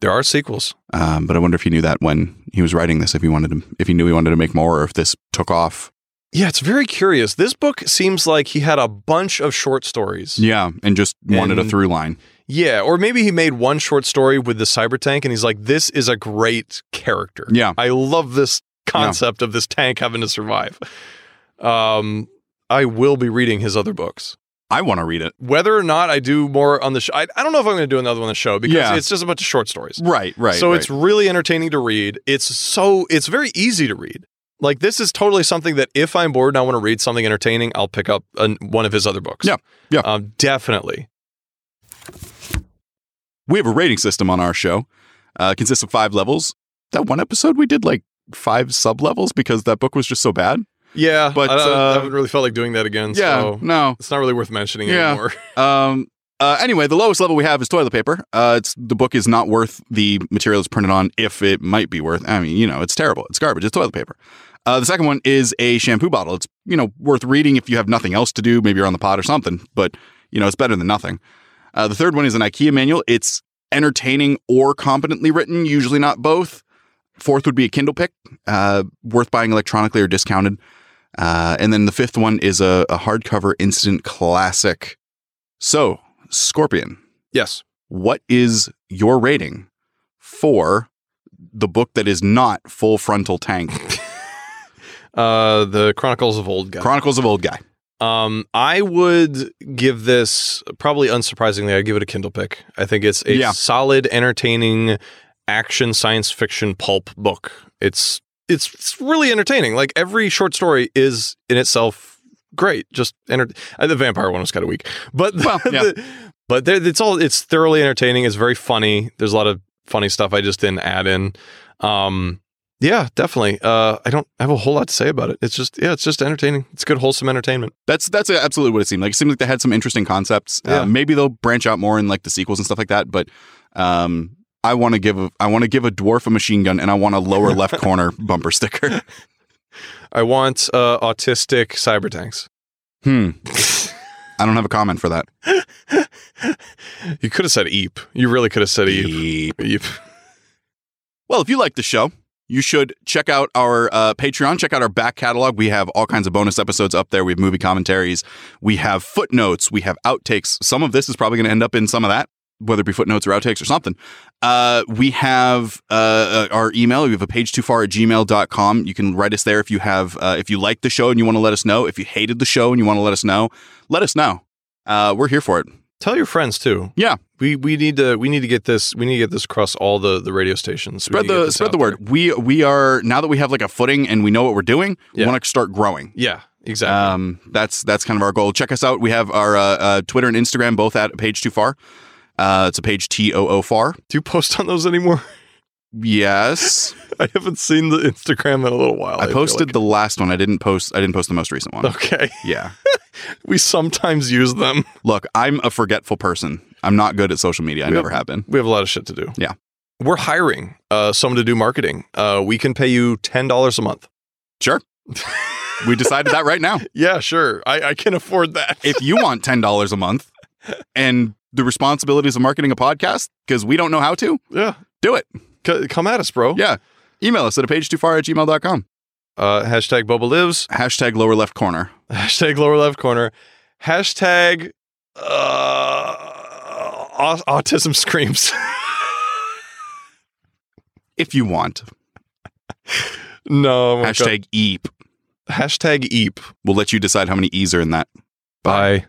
There are sequels.
um, but I wonder if he knew that when he was writing this, if he wanted to, if he knew he wanted to make more, or if this took off.
Yeah, it's very curious. This book seems like he had a bunch of short stories.
Yeah, and just wanted a
And-
through line.
Yeah, or maybe he made one short story with the cyber tank and he's like, this is a great character.
Yeah.
I love this concept of this tank having to survive. Um, I will be reading his other books.
I want to read it.
Whether or not I do more on the show, I, I don't know if I'm going to do another one on the show because
Yeah.
it's just a bunch of short stories.
Right. Right.
so it's really entertaining to read. It's so it's very easy to read. Like this is totally something that if I'm bored and I want to read something entertaining, I'll pick up an, one of his other books.
Yeah, yeah.
Um, definitely.
we have a rating system on our show. Uh, it consists of five levels. That one episode we did like five sub levels because that book was just so bad.
Yeah,
But,
but I, don't- I
uh,
haven't really felt like doing that again. so
No.
it's not really worth mentioning
Yeah.
anymore.
Um. Uh, anyway, the lowest level we have is toilet paper. Uh, it's the book is not worth the material it's printed on. If it might be worth, I mean, you know, it's terrible. It's garbage. It's toilet paper. Uh, the second one is a shampoo bottle. It's you know worth reading if you have nothing else to do. Maybe you're on the pod or something, but you know it's better than nothing. Uh, the third one is an IKEA manual. It's entertaining or competently written, usually not both. Fourth would be a Kindle pick, uh, worth buying electronically or discounted. Uh, and then the fifth one is a, a hardcover instant classic. So, Scorpion,
Yes.
what is your rating for the book that is not Full Frontal Tank?
Uh, the Chronicles of Old Guy.
Chronicles of Old Guy.
Um, I would give this probably unsurprisingly. I'd give it a Kindle pick. I think it's a
Yeah.
solid, entertaining action science fiction pulp book. It's, it's it's really entertaining. Like every short story is in itself great. Just enter- uh, the vampire one was kind of weak, but
Well, yeah.
the- but there, it's all it's thoroughly entertaining. It's very funny. There's a lot of funny stuff I just didn't add in. Um, yeah, definitely. Uh, I don't have a whole lot to say about it. It's just yeah, it's just entertaining. It's good wholesome entertainment.
That's that's absolutely what it seemed like. It seemed like they had some interesting concepts.
Yeah.
Uh, maybe they'll branch out more in like the sequels and stuff like that. But um, I want to give a, I want to give a dwarf a machine gun, and I want a lower left corner bumper sticker.
I want uh, autistic cyber tanks.
Hmm. I don't have a comment for that.
You could have said eep. You really could have said E
E
eep. Eep.
Well, if you like the show, you should check out our uh, Patreon, check out our back catalog. We have all kinds of bonus episodes up there. We have movie commentaries, we have footnotes, we have outtakes. Some of this is probably going to end up in some of that, whether it be footnotes or outtakes or something. Uh, we have uh, uh, our email. We have a page too far at gmail.com. You can write us there if you have, uh, if you like the show and you want to let us know. If you hated the show and you want to let us know, let us know. Uh, we're here for it.
Tell your friends too.
Yeah.
We we need to we need to get this we need to get this across all the the radio stations. We
spread
need to get
the
this
spread
out
the word. We we are now that we have like a footing and we know what we're doing.
Yeah.
We want to start growing.
there. Yeah. Exactly.
Um, that's that's kind of our goal. Check us out. We have our uh, uh, Twitter and Instagram both at page too far. Uh, it's a page T O O far.
Do you post on those anymore?
Yes,
I haven't seen the Instagram in a little while.
I
feel
posted the last one. I didn't post. I didn't post the most recent one.
like. Okay.
Yeah.
We sometimes use them.
Look, I'm a forgetful person. I'm not good at social media. I
Yeah.
never have been.
We have a lot of shit to do.
Yeah.
We're hiring uh, someone to do marketing. Uh, we can pay you ten dollars a month.
Sure. We decided that right now.
Yeah, sure. I, I can afford that.
If you want ten dollars a month, and the responsibilities of marketing a podcast because we don't know how to
yeah.
do it.
C- come at us, bro.
Yeah. Email us at a page too far at gmail.com.
Uh, hashtag Bubba lives.
Hashtag lower left corner.
Hashtag lower left corner. Hashtag uh, au- autism screams.
If you want. E
no. I'm gonna go-
Hashtag eep.
hashtag eep.
We'll let you decide how many E's are in that.
Bye.